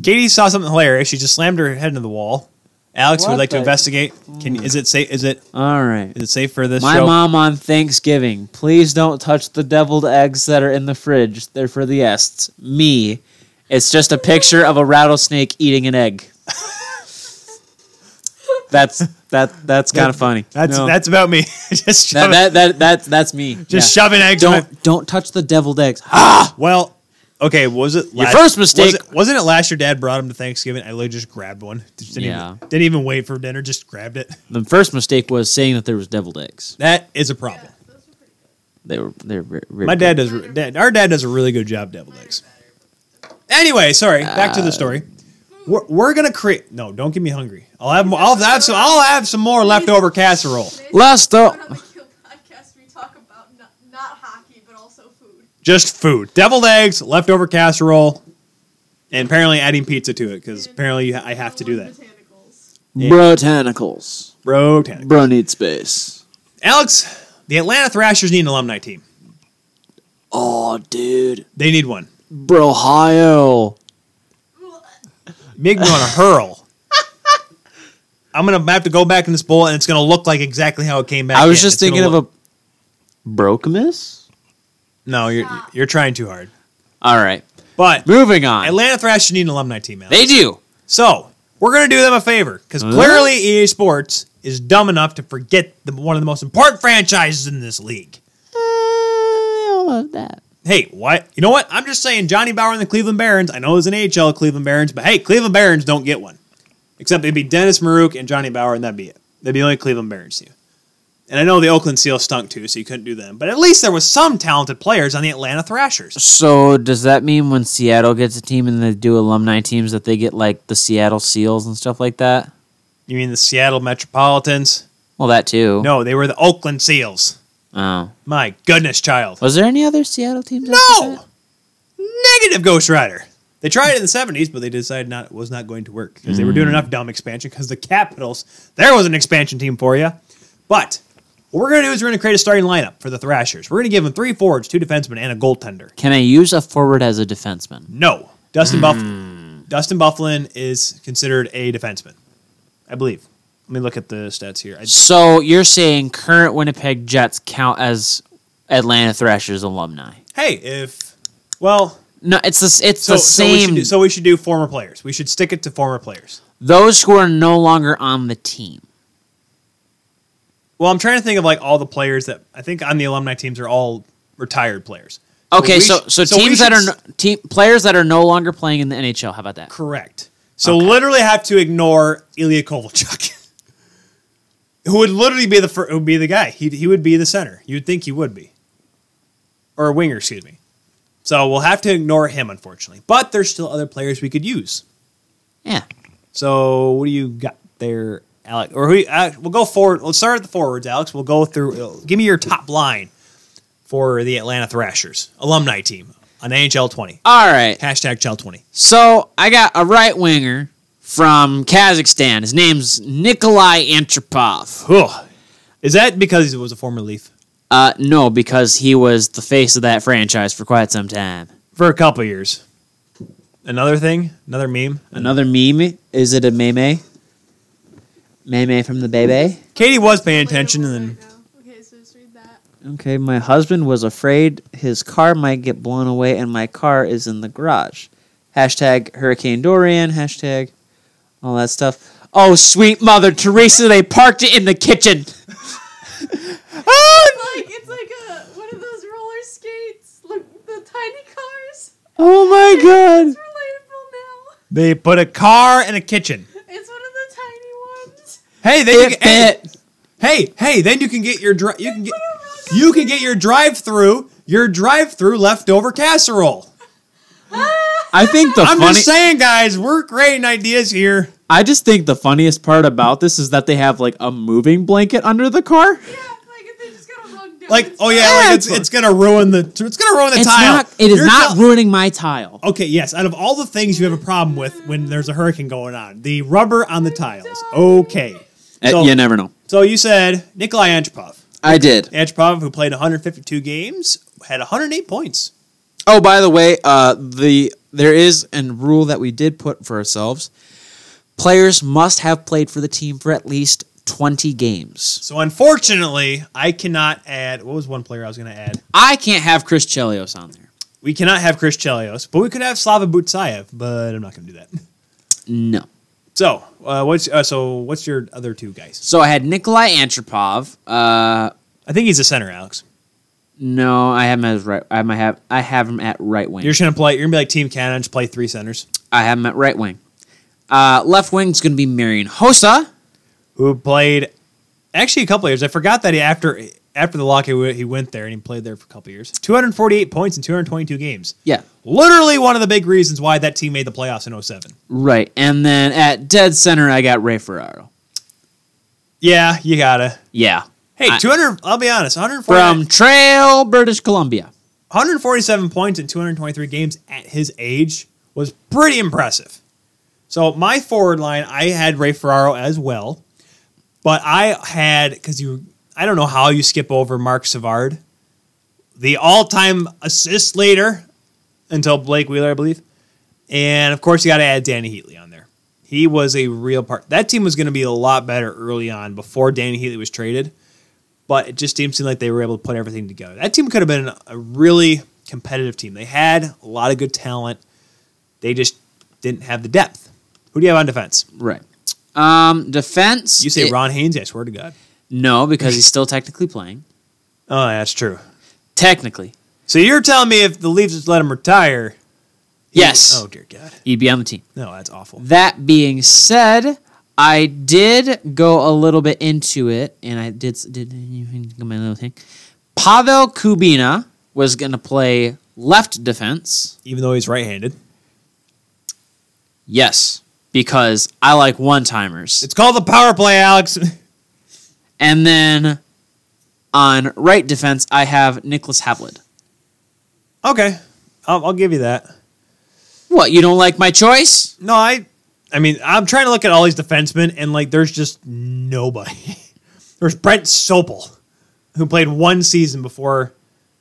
S2: Katie saw something hilarious. She just slammed her head into the wall. Alex would
S1: What
S2: like to
S1: the-
S2: investigate. Can is it safe? Is it
S1: All right.
S2: is it safe for this
S1: My
S2: show?
S1: mom on Thanksgiving. Please don't touch the deviled eggs that are in the fridge. They're for the ests. Me. It's just a picture of a rattlesnake eating an egg. that's that. That's kind of funny.
S2: that's
S1: No.
S2: that's about me. [laughs] just
S1: that,
S2: shoving,
S1: that, that, that that's me.
S2: just
S1: Yeah.
S2: shoving eggs. in my-
S1: Don't don't touch the deviled eggs.
S2: well, okay. Was it
S1: Your first mistake-
S2: Was not it last year? Dad brought him to Thanksgiving. I literally just grabbed one. [laughs] Just didn't
S1: Yeah.
S2: even, didn't even wait for dinner. Just grabbed it.
S1: the first mistake was saying that there was deviled eggs.
S2: That is a problem.
S3: Those are pretty good.
S1: They were they were very, very
S2: My
S1: good.
S2: dad does. Dad, our dad does a really good job deviled eggs. Anyway, sorry. Back
S1: Uh,
S2: to the story. We're, we're gonna create. No, don't get me hungry. I'll have. More, I'll have some. I'll have some more leftover casserole.
S3: This
S1: Last
S3: is the
S1: up-
S3: one on the Kill podcast we talk about not, not hockey but also food.
S2: Just food. Deviled eggs, leftover casserole, and apparently adding pizza to it because apparently you ha- I have to do that.
S3: Botanicals.
S4: Botanicals.
S2: Bro, Tanner.
S4: Bro needs space.
S2: Alex, the Atlanta Thrashers need an alumni team.
S4: Oh, dude.
S2: They need one.
S4: Bro, Ohio.
S2: Make me want
S1: [laughs]
S2: to hurl. I'm gonna have to go back in this bowl, and it's gonna look like exactly how it came back.
S1: I was
S2: in.
S1: just
S2: It's gonna
S1: thinking of
S2: look-
S1: a broke miss.
S2: No, you're
S3: Stop.
S2: you're trying too hard.
S1: All right,
S2: But
S1: moving on.
S2: Atlanta Thrash should need an alumni team, Alex.
S1: they do.
S2: so we're gonna do them a favor because clearly EA Sports is dumb enough to forget the, one of the most important franchises in this league.
S1: Eh,
S8: that.
S2: Hey, what? You know what? I'm just saying Johnny Bauer and the Cleveland Barons. I know there's an AHL Cleveland Barons, but hey, Cleveland Barons don't get one. Except it'd be Dennis Marouk and Johnny Bauer, and that'd be it. That'd be the only Cleveland Barons team. And I know the Oakland Seals stunk too, so you couldn't do them. But at least there was some talented players on the Atlanta Thrashers.
S1: So does that mean when Seattle gets a team and they do alumni teams that they get like the Seattle Seals and stuff like that?
S2: You mean the Seattle Metropolitans?
S1: Well, that too.
S2: No, they were the Oakland Seals.
S1: Oh,
S2: My goodness, child.
S1: was there any other Seattle teams? after
S2: No!
S1: that?
S2: Negative Ghost Rider. They tried it in the 70s, but they decided not it was not going to work because they were doing
S1: Hmm.
S2: enough dumb expansion because the Capitals, there was an expansion team for you. But what we're going to do is we're going to create a starting lineup for the Thrashers. We're going to give them three forwards, two defensemen, and a goaltender.
S1: Can I use a forward as a defenseman?
S2: No, Dustin
S1: Hmm.
S2: Buff- Dustin Bufflin is considered a defenseman, I believe. Let me look at the stats here. I,
S1: So you're saying current Winnipeg Jets count as Atlanta Thrashers alumni?
S2: hey, if well,
S1: No, it's the s- it's
S2: so,
S1: the
S2: so we should
S1: same.
S2: do, so we should do former players. We should stick it to former players.
S1: those who are no longer on the team.
S2: Well, I'm trying to think of like all the players that I think on the alumni teams are all retired players.
S1: Okay,
S2: we
S1: so
S2: sh-
S1: so,
S2: so we
S1: teams that are
S2: should
S1: no, team players that are no longer playing in the NHL. How about that?
S2: Correct. So literally have to ignore Ilya Kovalchuk, [laughs] who would literally be the fir- would be the guy. He he would be the center. You'd think he would be, or a winger, excuse me. So we'll have to ignore him, unfortunately. But there's still other players we could use.
S1: Yeah.
S2: So what do you got there, Alex? Or who, uh, we'll go forward. Let's start at the forwards, Alex. We'll go through. Give me your top line for the Atlanta Thrashers alumni team on NHL twenty
S1: All right.
S2: hashtag Chel twenty.
S1: So I got a right winger from Kazakhstan. His name's Nikolai Antropov.
S2: Is that because it was a former Leaf
S1: Uh, no, because he was the face of that franchise for quite some time.
S2: for a couple years? Another thing, another meme.
S4: Another meme. Is it a meme? Meme from the baby?
S2: Katie was paying
S3: Like,
S2: attention,
S3: I'm
S2: and then
S3: right now. Okay, so just read that.
S4: Okay, my husband was afraid his car might get blown away and my car is in the garage. Hashtag Hurricane Dorian, hashtag all that stuff. Oh, sweet Mother Teresa, they parked it in the kitchen.
S3: It's like it's like a one of those roller skates, look the tiny cars.
S4: Oh my god.
S3: It's relatable
S2: they put a car in a kitchen.
S3: now. It's one of the
S2: [laughs]
S3: tiny ones.
S2: Hey, then you
S4: It
S2: can,
S4: bit.
S2: hey, hey, hey, then you can get your dri- you can get you can get your drive through your drive through leftover casserole.
S3: Ah,
S1: I think the
S2: I'm
S1: funny
S2: just saying, guys, we're creating ideas here.
S1: I just think the funniest part about this is that they have like a moving blanket under the car.
S3: Yeah, like if they just got a wrong down.
S2: Like, oh yeah, like it's it's gonna ruin the it's gonna ruin the
S8: It's
S2: tile.
S8: not. It is
S2: You're
S8: not
S2: tell-
S8: ruining my tile.
S2: Okay, yes. Out of all the things you have a problem with when there's a hurricane going on, the rubber on the tiles. Okay.
S1: Eh,
S2: So-
S1: you never know.
S2: So you said Nikolai Anchpov.
S4: I did.
S2: Anchpov, who played 152 games, had 108 points.
S1: Oh, by the way, uh, the there is a rule that we did put for ourselves.
S8: Players must have played for the team for at least twenty games.
S2: So unfortunately, I cannot add. What was one player I was going to add?
S1: I can't have Chris Chelios on there.
S2: We cannot have Chris Chelios, but we could have Slava Butsayev. But I'm not going to do that.
S8: No.
S2: So uh, what's uh, so what's your other two guys?
S1: So I had Nikolai Antropov. Uh,
S2: I think he's a center, Alex.
S1: no, I have him as right. I might have I have him at right wing.
S2: You're just going to play. You're going to be like Team Canada, just play three centers.
S1: I have him at right wing. Uh, left wing's going to be Marion Hossa.
S2: who played actually a couple years. I forgot that he after after the lockout he w- he went there and he played there for a couple years. 248 points in 222 games.
S1: Yeah,
S2: Literally one of the big reasons why that team made the playoffs in 07.
S1: right. And then at dead center, I got Ray Ferraro.
S2: Yeah, you gotta.
S1: Yeah,
S2: Hey,
S1: I-
S2: 200 I'll be honest, 140,
S1: from Trail, British Columbia.
S2: 147 points in 223 games at his age was pretty impressive. So my forward line, I had Ray Ferraro as well, but I had because you, I don't know how you skip over Mark Savard, the all-time assist leader until Blake Wheeler, I believe, and of course you got to add Danny Heatley on there. He was a real part. That team was going to be a lot better early on before Danny Heatley was traded, but it just didn't seem like they were able to put everything together. That team could have been a really competitive team. They had a lot of good talent. They just didn't have the depth. Who do you have on defense?
S1: Right. Um, defense.
S2: You say
S1: it-
S2: Ron Haynes? I swear to God.
S1: No, because he's still technically playing.
S2: Oh, that's true.
S1: Technically,
S2: So you're telling me if the Leafs just let him retire? he-
S1: Yes.
S2: Oh dear God.
S1: he'd be on the team.
S2: No, that's awful.
S1: That being said, I did go a little bit into it, and I did did my little thing. Pavel Kubina was going to play left defense.
S2: Even though he's right-handed,
S1: Yes, because I like one timers.
S2: it's called the power play, Alex. [laughs]
S1: And then on right defense, I have Nicholas Havlid.
S2: okay, I'll, I'll give you that.
S1: What, you don't like my choice?
S2: No, I. I mean, I'm trying to look at all these defensemen, and like, there's just nobody. [laughs] there's Brent Sopel, who played one season before.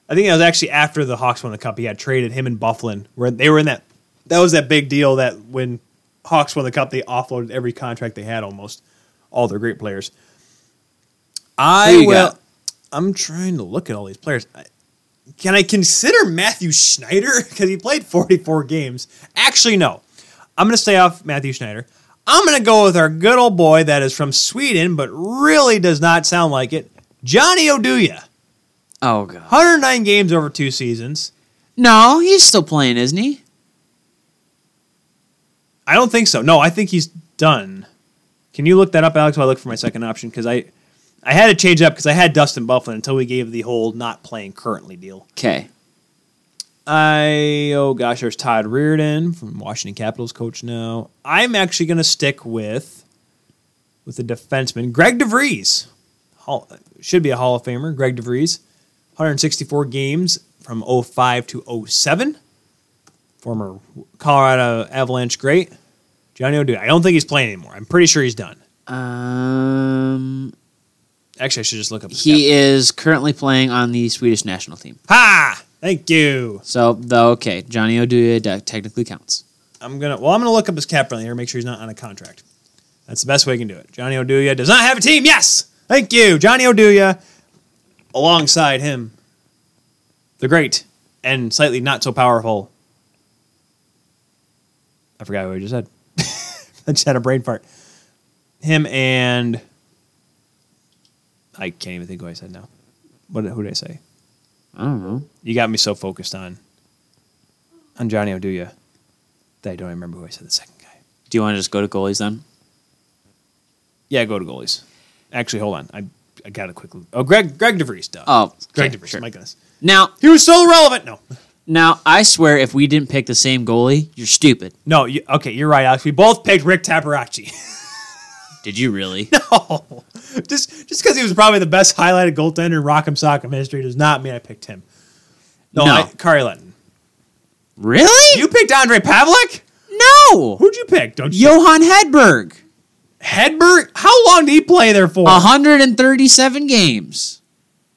S2: I think it was actually after the Hawks won the cup. He had traded him and Bufflin, where they were in that. That was that big deal that when Hawks won the cup, they offloaded every contract they had, almost all their great players. I
S1: Who
S2: will.
S1: you got?
S2: I'm trying to look at all these players. I, can I consider Matthew Schneider [laughs] because he played 44 games? Actually, no. I'm going to stay off Matthew Schneider. I'm going to go with our good old boy that is from Sweden, but really does not sound like it. Johnny Oduya,
S1: Oh, God.
S2: 109 games over two seasons.
S1: No, he's still playing, isn't he?
S2: I don't think so. No, I think he's done. Can you look that up, Alex? While I look for my second option because I, I had to change up because I had Dustin Bufflin until we gave the whole not playing currently deal.
S1: Okay.
S2: I oh gosh, there's Todd Reardon from Washington Capitals coach now. I'm actually going to stick with with the defenseman Greg DeVries. Hall, should be a Hall of Famer, Greg DeVries. 164 games from 05 to 07. Former Colorado Avalanche great. Johnny O'Doy. I don't think he's playing anymore. I'm pretty sure he's done.
S1: Um,
S2: Actually, I should just look up. his
S1: he
S2: cap.
S1: is currently playing on the Swedish national team.
S2: ha! Thank you.
S1: So, though, okay, Johnny Oduya de- technically counts.
S2: I'm gonna. Well, I'm gonna look up his cap friendly here, make sure he's not on a contract. That's the best way I can do it. Johnny Oduya does not have a team. Yes, thank you, Johnny Oduya. Alongside him, the great and slightly not so powerful. I forgot what I just said. [laughs] I just had a brain fart. Him and I can't even think what I said now. What did- who did I say?
S9: I don't know.
S2: You got me so focused on on Johnny Oduya that I don't even remember who I said the second guy.
S4: Do you want to just go to goalies then?
S2: Yeah, go to goalies. Actually, hold on. I I gotta quickly. Oh, Greg Greg DeVries, duh.
S9: Oh,
S2: Greg
S9: okay,
S2: DeVries.
S9: sure.
S2: My goodness,
S4: Now,
S2: he was so relevant. No,
S4: now I swear, if we didn't pick the same goalie, you're stupid.
S2: no. You, okay, you're right, Alex. We both picked Rick [laughs] Taparacci.
S4: Did you really?
S2: oh, just just because he was probably the best highlighted goaltender in Rock'em Sock'em history does not mean I picked him. No,
S4: No.
S2: I, Kari Letton.
S4: [laughs] really?
S2: You picked Andre Pavlik.
S4: no.
S2: Who'd you pick? Don't you?
S10: Johan Hedberg,
S2: Hedberg. How long did he play there for?
S9: Uh-huh.
S10: 137 games.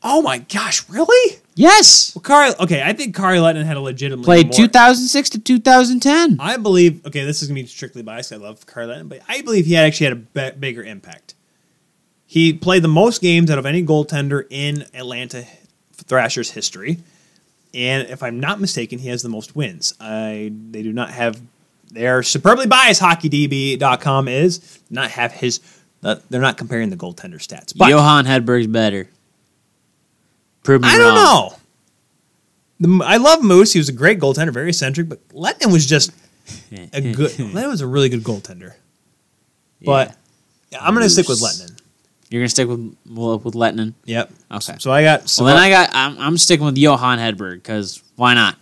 S2: Oh my gosh, really?
S10: Yes.
S2: Well, Kari, okay, I think Kari Letton had a legitimately
S10: Played
S2: more-
S10: 2006 to 2010.
S2: I believe. Okay, this is gonna be strictly biased. I love Kari Letton, but I believe he had actually had a b- bigger impact. He played the most games out of any goaltender in Atlanta Thrashers history, and if I'm not mistaken, he has the most wins. I they do not have their superbly biased hockeydb.com is not have his. Uh, they're not comparing the goaltender stats, but
S4: Johan Hedberg's better. Prove me
S2: I don't
S4: wrong.
S2: know. The, I love Moose. He was a great goaltender, very eccentric, but Letton was just
S4: [laughs]
S2: a good. Letton was a really good goaltender. But I'm going to stick with
S4: Moose.
S2: Letton.
S4: You're gonna stick with well, with Lettinen.
S2: Yep.
S4: Okay.
S2: So I got. So
S4: well, then I got. I'm, I'm sticking with Johan Hedberg because why not?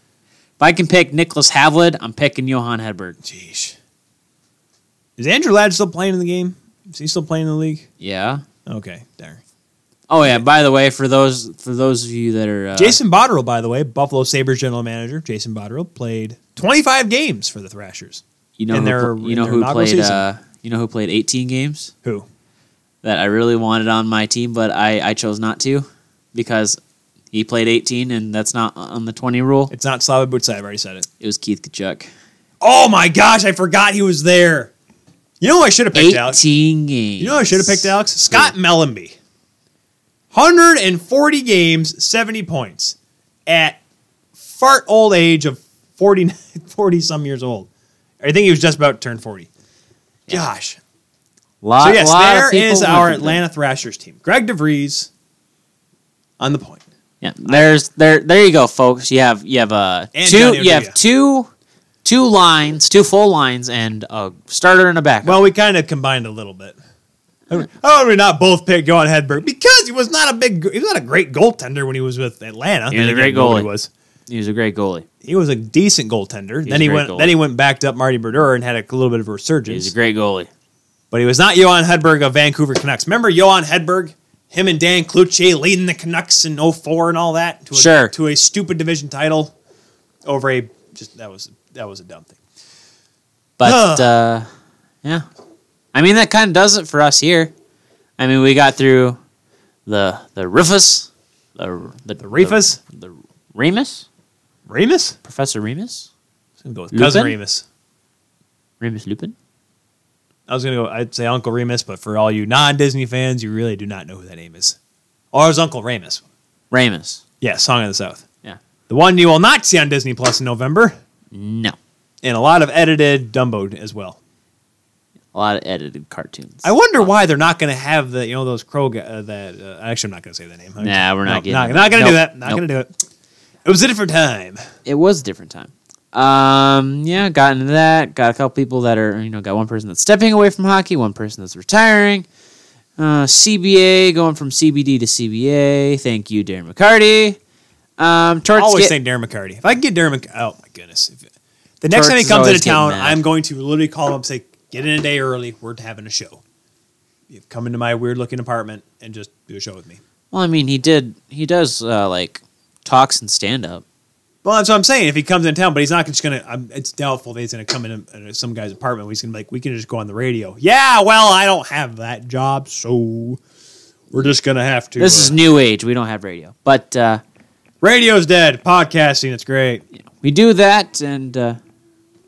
S4: If I can pick Nicholas Havlid, I'm picking Johan Hedberg.
S2: Jeez. Is Andrew Ladd still playing in the game? Is he still playing in the league?
S4: Yeah.
S2: Okay, there.
S4: Oh yeah. By the way, for those for those of you that are uh,
S2: Jason Botterill, by the way, Buffalo Sabres general manager. Jason Botterill played 25 games for the Thrashers.
S4: you know
S2: in
S4: who,
S2: their-
S4: pl-
S2: in
S4: you know
S2: their
S4: who
S2: inaugural
S4: played
S2: season.
S4: uh, you know who played 18 games
S2: Who?
S4: that I really wanted on my team, but I I chose not to because he played 18 and that's not on the 20 rule.
S2: It's not Slava Butsai. I've already said it.
S4: It was Keith Kachuk.
S2: Oh my gosh, I forgot he was there. You know who I should have picked out?
S4: 18 games.
S2: You know, who I should have picked Alex Scott Mellenby. 140 games, 70 points at fart old age of [laughs] 40, 40 some years old. I think he was just about to turn 40. Gosh.
S4: Lot,
S2: So, yes,
S4: lot of
S2: there
S4: people
S2: is
S4: went
S2: our
S4: through that.
S2: Atlanta Thrashers team. Greg DeVries on the point.
S4: Yeah, there's there there you go, folks. You have you have uh,
S2: And
S4: two
S2: Johnny
S4: you have
S2: Oduya.
S4: two two lines, two full lines, and a starter and a backup.
S2: Well, we kind of combined a little bit. How did we not both pick Johan Hedberg? Because he was not a big, he was not a great goaltender when he was with Atlanta.
S4: He was a
S2: Again,
S4: great
S2: nobody
S4: goalie.
S2: Was.
S4: he was a great goalie.
S2: he was a decent goaltender.
S4: was
S2: then he
S4: a great
S2: went
S4: goalie.
S2: then he went back to up Marty Brodeur and had a little bit of a
S4: He was
S2: resurgence.
S4: a great goalie.
S2: but he was not Johan Hedberg of Vancouver Canucks. Remember Johan Hedberg? Him and Dan Cluche leading the Canucks in 04 and all that to a,
S4: Sure.
S2: to a stupid division title over a just that was that was a dumb thing.
S4: But uh, yeah, I mean that kind of does it for us here. I mean we got through the the Rufus, the the,
S2: The Reefus?
S4: the, Remus,
S2: Remus?
S4: Professor Remus,
S2: I was gonna go with cousin
S4: Lupin?
S2: Remus.
S4: Remus Lupin.
S2: I was gonna go I'd say Uncle Remus, but for all you non Disney fans, you really do not know who that name is. Or it was Uncle Remus.
S4: Remus.
S2: Yeah, Song of the South.
S4: Yeah.
S2: The one you will not see on Disney Plus in November.
S4: No,
S2: and a lot of edited Dumbo as well.
S4: a lot of edited cartoons.
S2: I wonder why they're not going to have the you know those crow gu- uh, that uh, actually I'm not going to say the name.
S4: Nah, we're not
S2: No,
S4: getting
S2: not,
S4: it.
S2: not going to
S4: Nope.
S2: do that. Not
S4: Nope.
S2: going to do it. It was a different time.
S4: it was a different time. Um, yeah, got into that. Got a couple people that are, you know, got one person that's stepping away from hockey, one person that's retiring. Uh, CBA going from CBD to CBA. Thank you, Darren McCarty. Um, Torts
S2: Always
S4: get-
S2: think Darren McCarty. If I can get Darren McCarty, oh my goodness. If, the next
S4: Torts
S2: time he
S4: is
S2: comes
S4: always
S2: into town,
S4: getting mad.
S2: I'm going to literally call him up and say, "Get in a day early. We're having a show. You've come into my weird looking apartment and just do a show with me."
S4: well, I mean, he did. He does uh, like talks and stand up.
S2: Well, that's what I'm saying. If he comes in town, but he's not just gonna. I'm, it's doubtful that he's gonna come in uh, some guy's apartment. where He's gonna be like, we can just go on the radio. Yeah, well, I don't have that job, so we're just gonna have to.
S4: This
S2: uh,
S4: is new age. We don't have radio, but uh,
S2: radio's dead. Podcasting, it's great.
S4: we do that, and uh,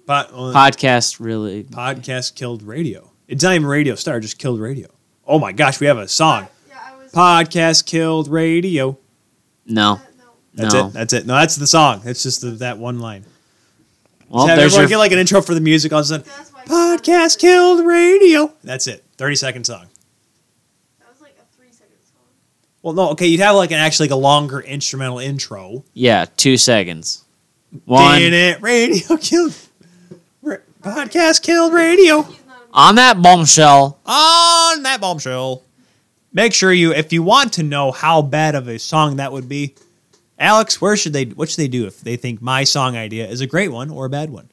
S2: Pod, uh,
S4: Podcast really.
S2: podcast killed radio. It's not even Radio Star, just killed radio. Oh my gosh, we have a song.
S3: Yeah, I was.
S2: Podcast killed radio.
S11: No.
S3: no.
S2: That's
S11: No.
S2: it. That's it. No, that's the song. It's just the, that one line.
S11: Well,
S2: Have
S11: there's
S2: everyone
S11: your
S2: get like an intro for the music. All of a sudden,
S3: That's why-
S2: podcast killed radio. That's it. Thirty second song.
S3: That was like a three second song.
S2: Well, no, okay, you'd have like an actually like a longer instrumental intro.
S4: Yeah, two seconds. One.
S2: Did it radio [laughs] killed ra- podcast killed radio
S3: He's not a
S4: On that bombshell,
S2: on that bombshell. Make sure you, if you want to know how bad of a song that would be, Alex, where should they? What should they do if they think my song idea is a great one or a bad one?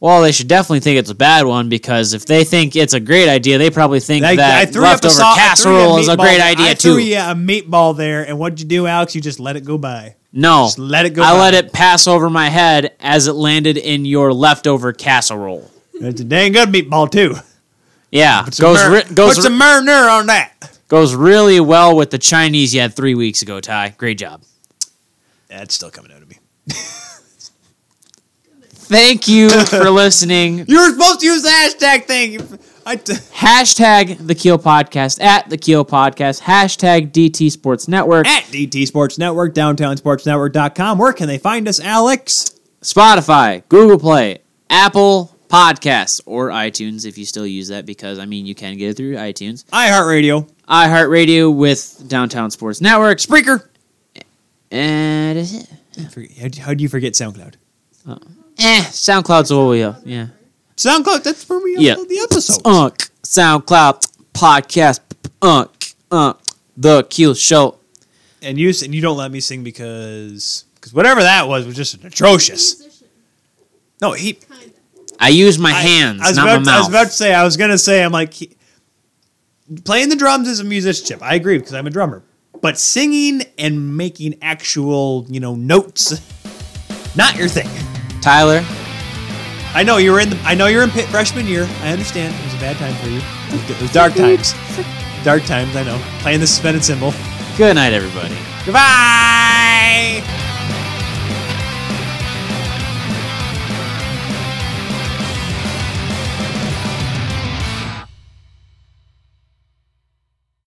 S4: well, they should definitely think it's a bad one because if they think it's a great idea, they probably think
S2: I- I
S4: that
S2: threw up a
S4: leftover
S2: so- I threw you
S4: casserole is a
S2: meatball
S4: great
S2: there.
S4: idea
S2: I
S4: too.
S2: Threw you a meatball there, and what'd you do, Alex? You just let it go by.
S4: No,
S2: Just let it go.
S4: I
S2: by.
S4: let it pass over my head as it landed in your leftover casserole.
S2: It's a dang good meatball too.
S4: Yeah,
S2: It's
S4: goes
S2: a mur-
S4: re- goes
S2: What's a
S4: re-
S2: murder on that?
S4: goes really well with the Chinese you had three weeks ago. Ty, great job.
S2: That's still coming out of me.
S4: Thank you
S2: [laughs]
S4: for listening.
S2: You were supposed to use the hashtag thing. I t-
S4: Hashtag the Keel Podcast at the Keel Podcast. Hashtag DT Sports Network.
S2: at DT Sports Network, downtownsportsnetwork.com. Where can they find us, Alex?
S4: Spotify, Google Play, Apple Podcasts, or iTunes if you still use that because I mean you can get it through iTunes.
S2: iHeartRadio.
S4: iHeartRadio with Downtown Sports Network, Spreaker, and is it?
S2: How do you forget SoundCloud?
S4: Eh, SoundCloud's all we have. Yeah.
S2: SoundCloud, that's where we upload
S4: Yeah.
S2: the episodes.
S4: Unk SoundCloud podcast. Unk Unk the Keel Show.
S2: And you s- and you don't let me sing because because whatever that was was just atrocious.
S3: musician,
S2: No, he
S3: kind of.
S4: I use my
S2: I-
S4: hands,
S2: I, was
S4: not
S2: about,
S4: my
S2: to- I was
S4: mouth.
S2: about to say I was gonna say I'm like he- playing the drums is a musicianship. I agree because I'm a drummer, but singing and making actual you know notes, [laughs] not your thing.
S4: Tyler,
S2: I know you were in. The, I know you're in pit freshman year. I understand. It was a bad time for you. It was- It was dark times. Dark times. I know. Playing the suspended cymbal.
S4: good night, everybody.
S2: Goodbye.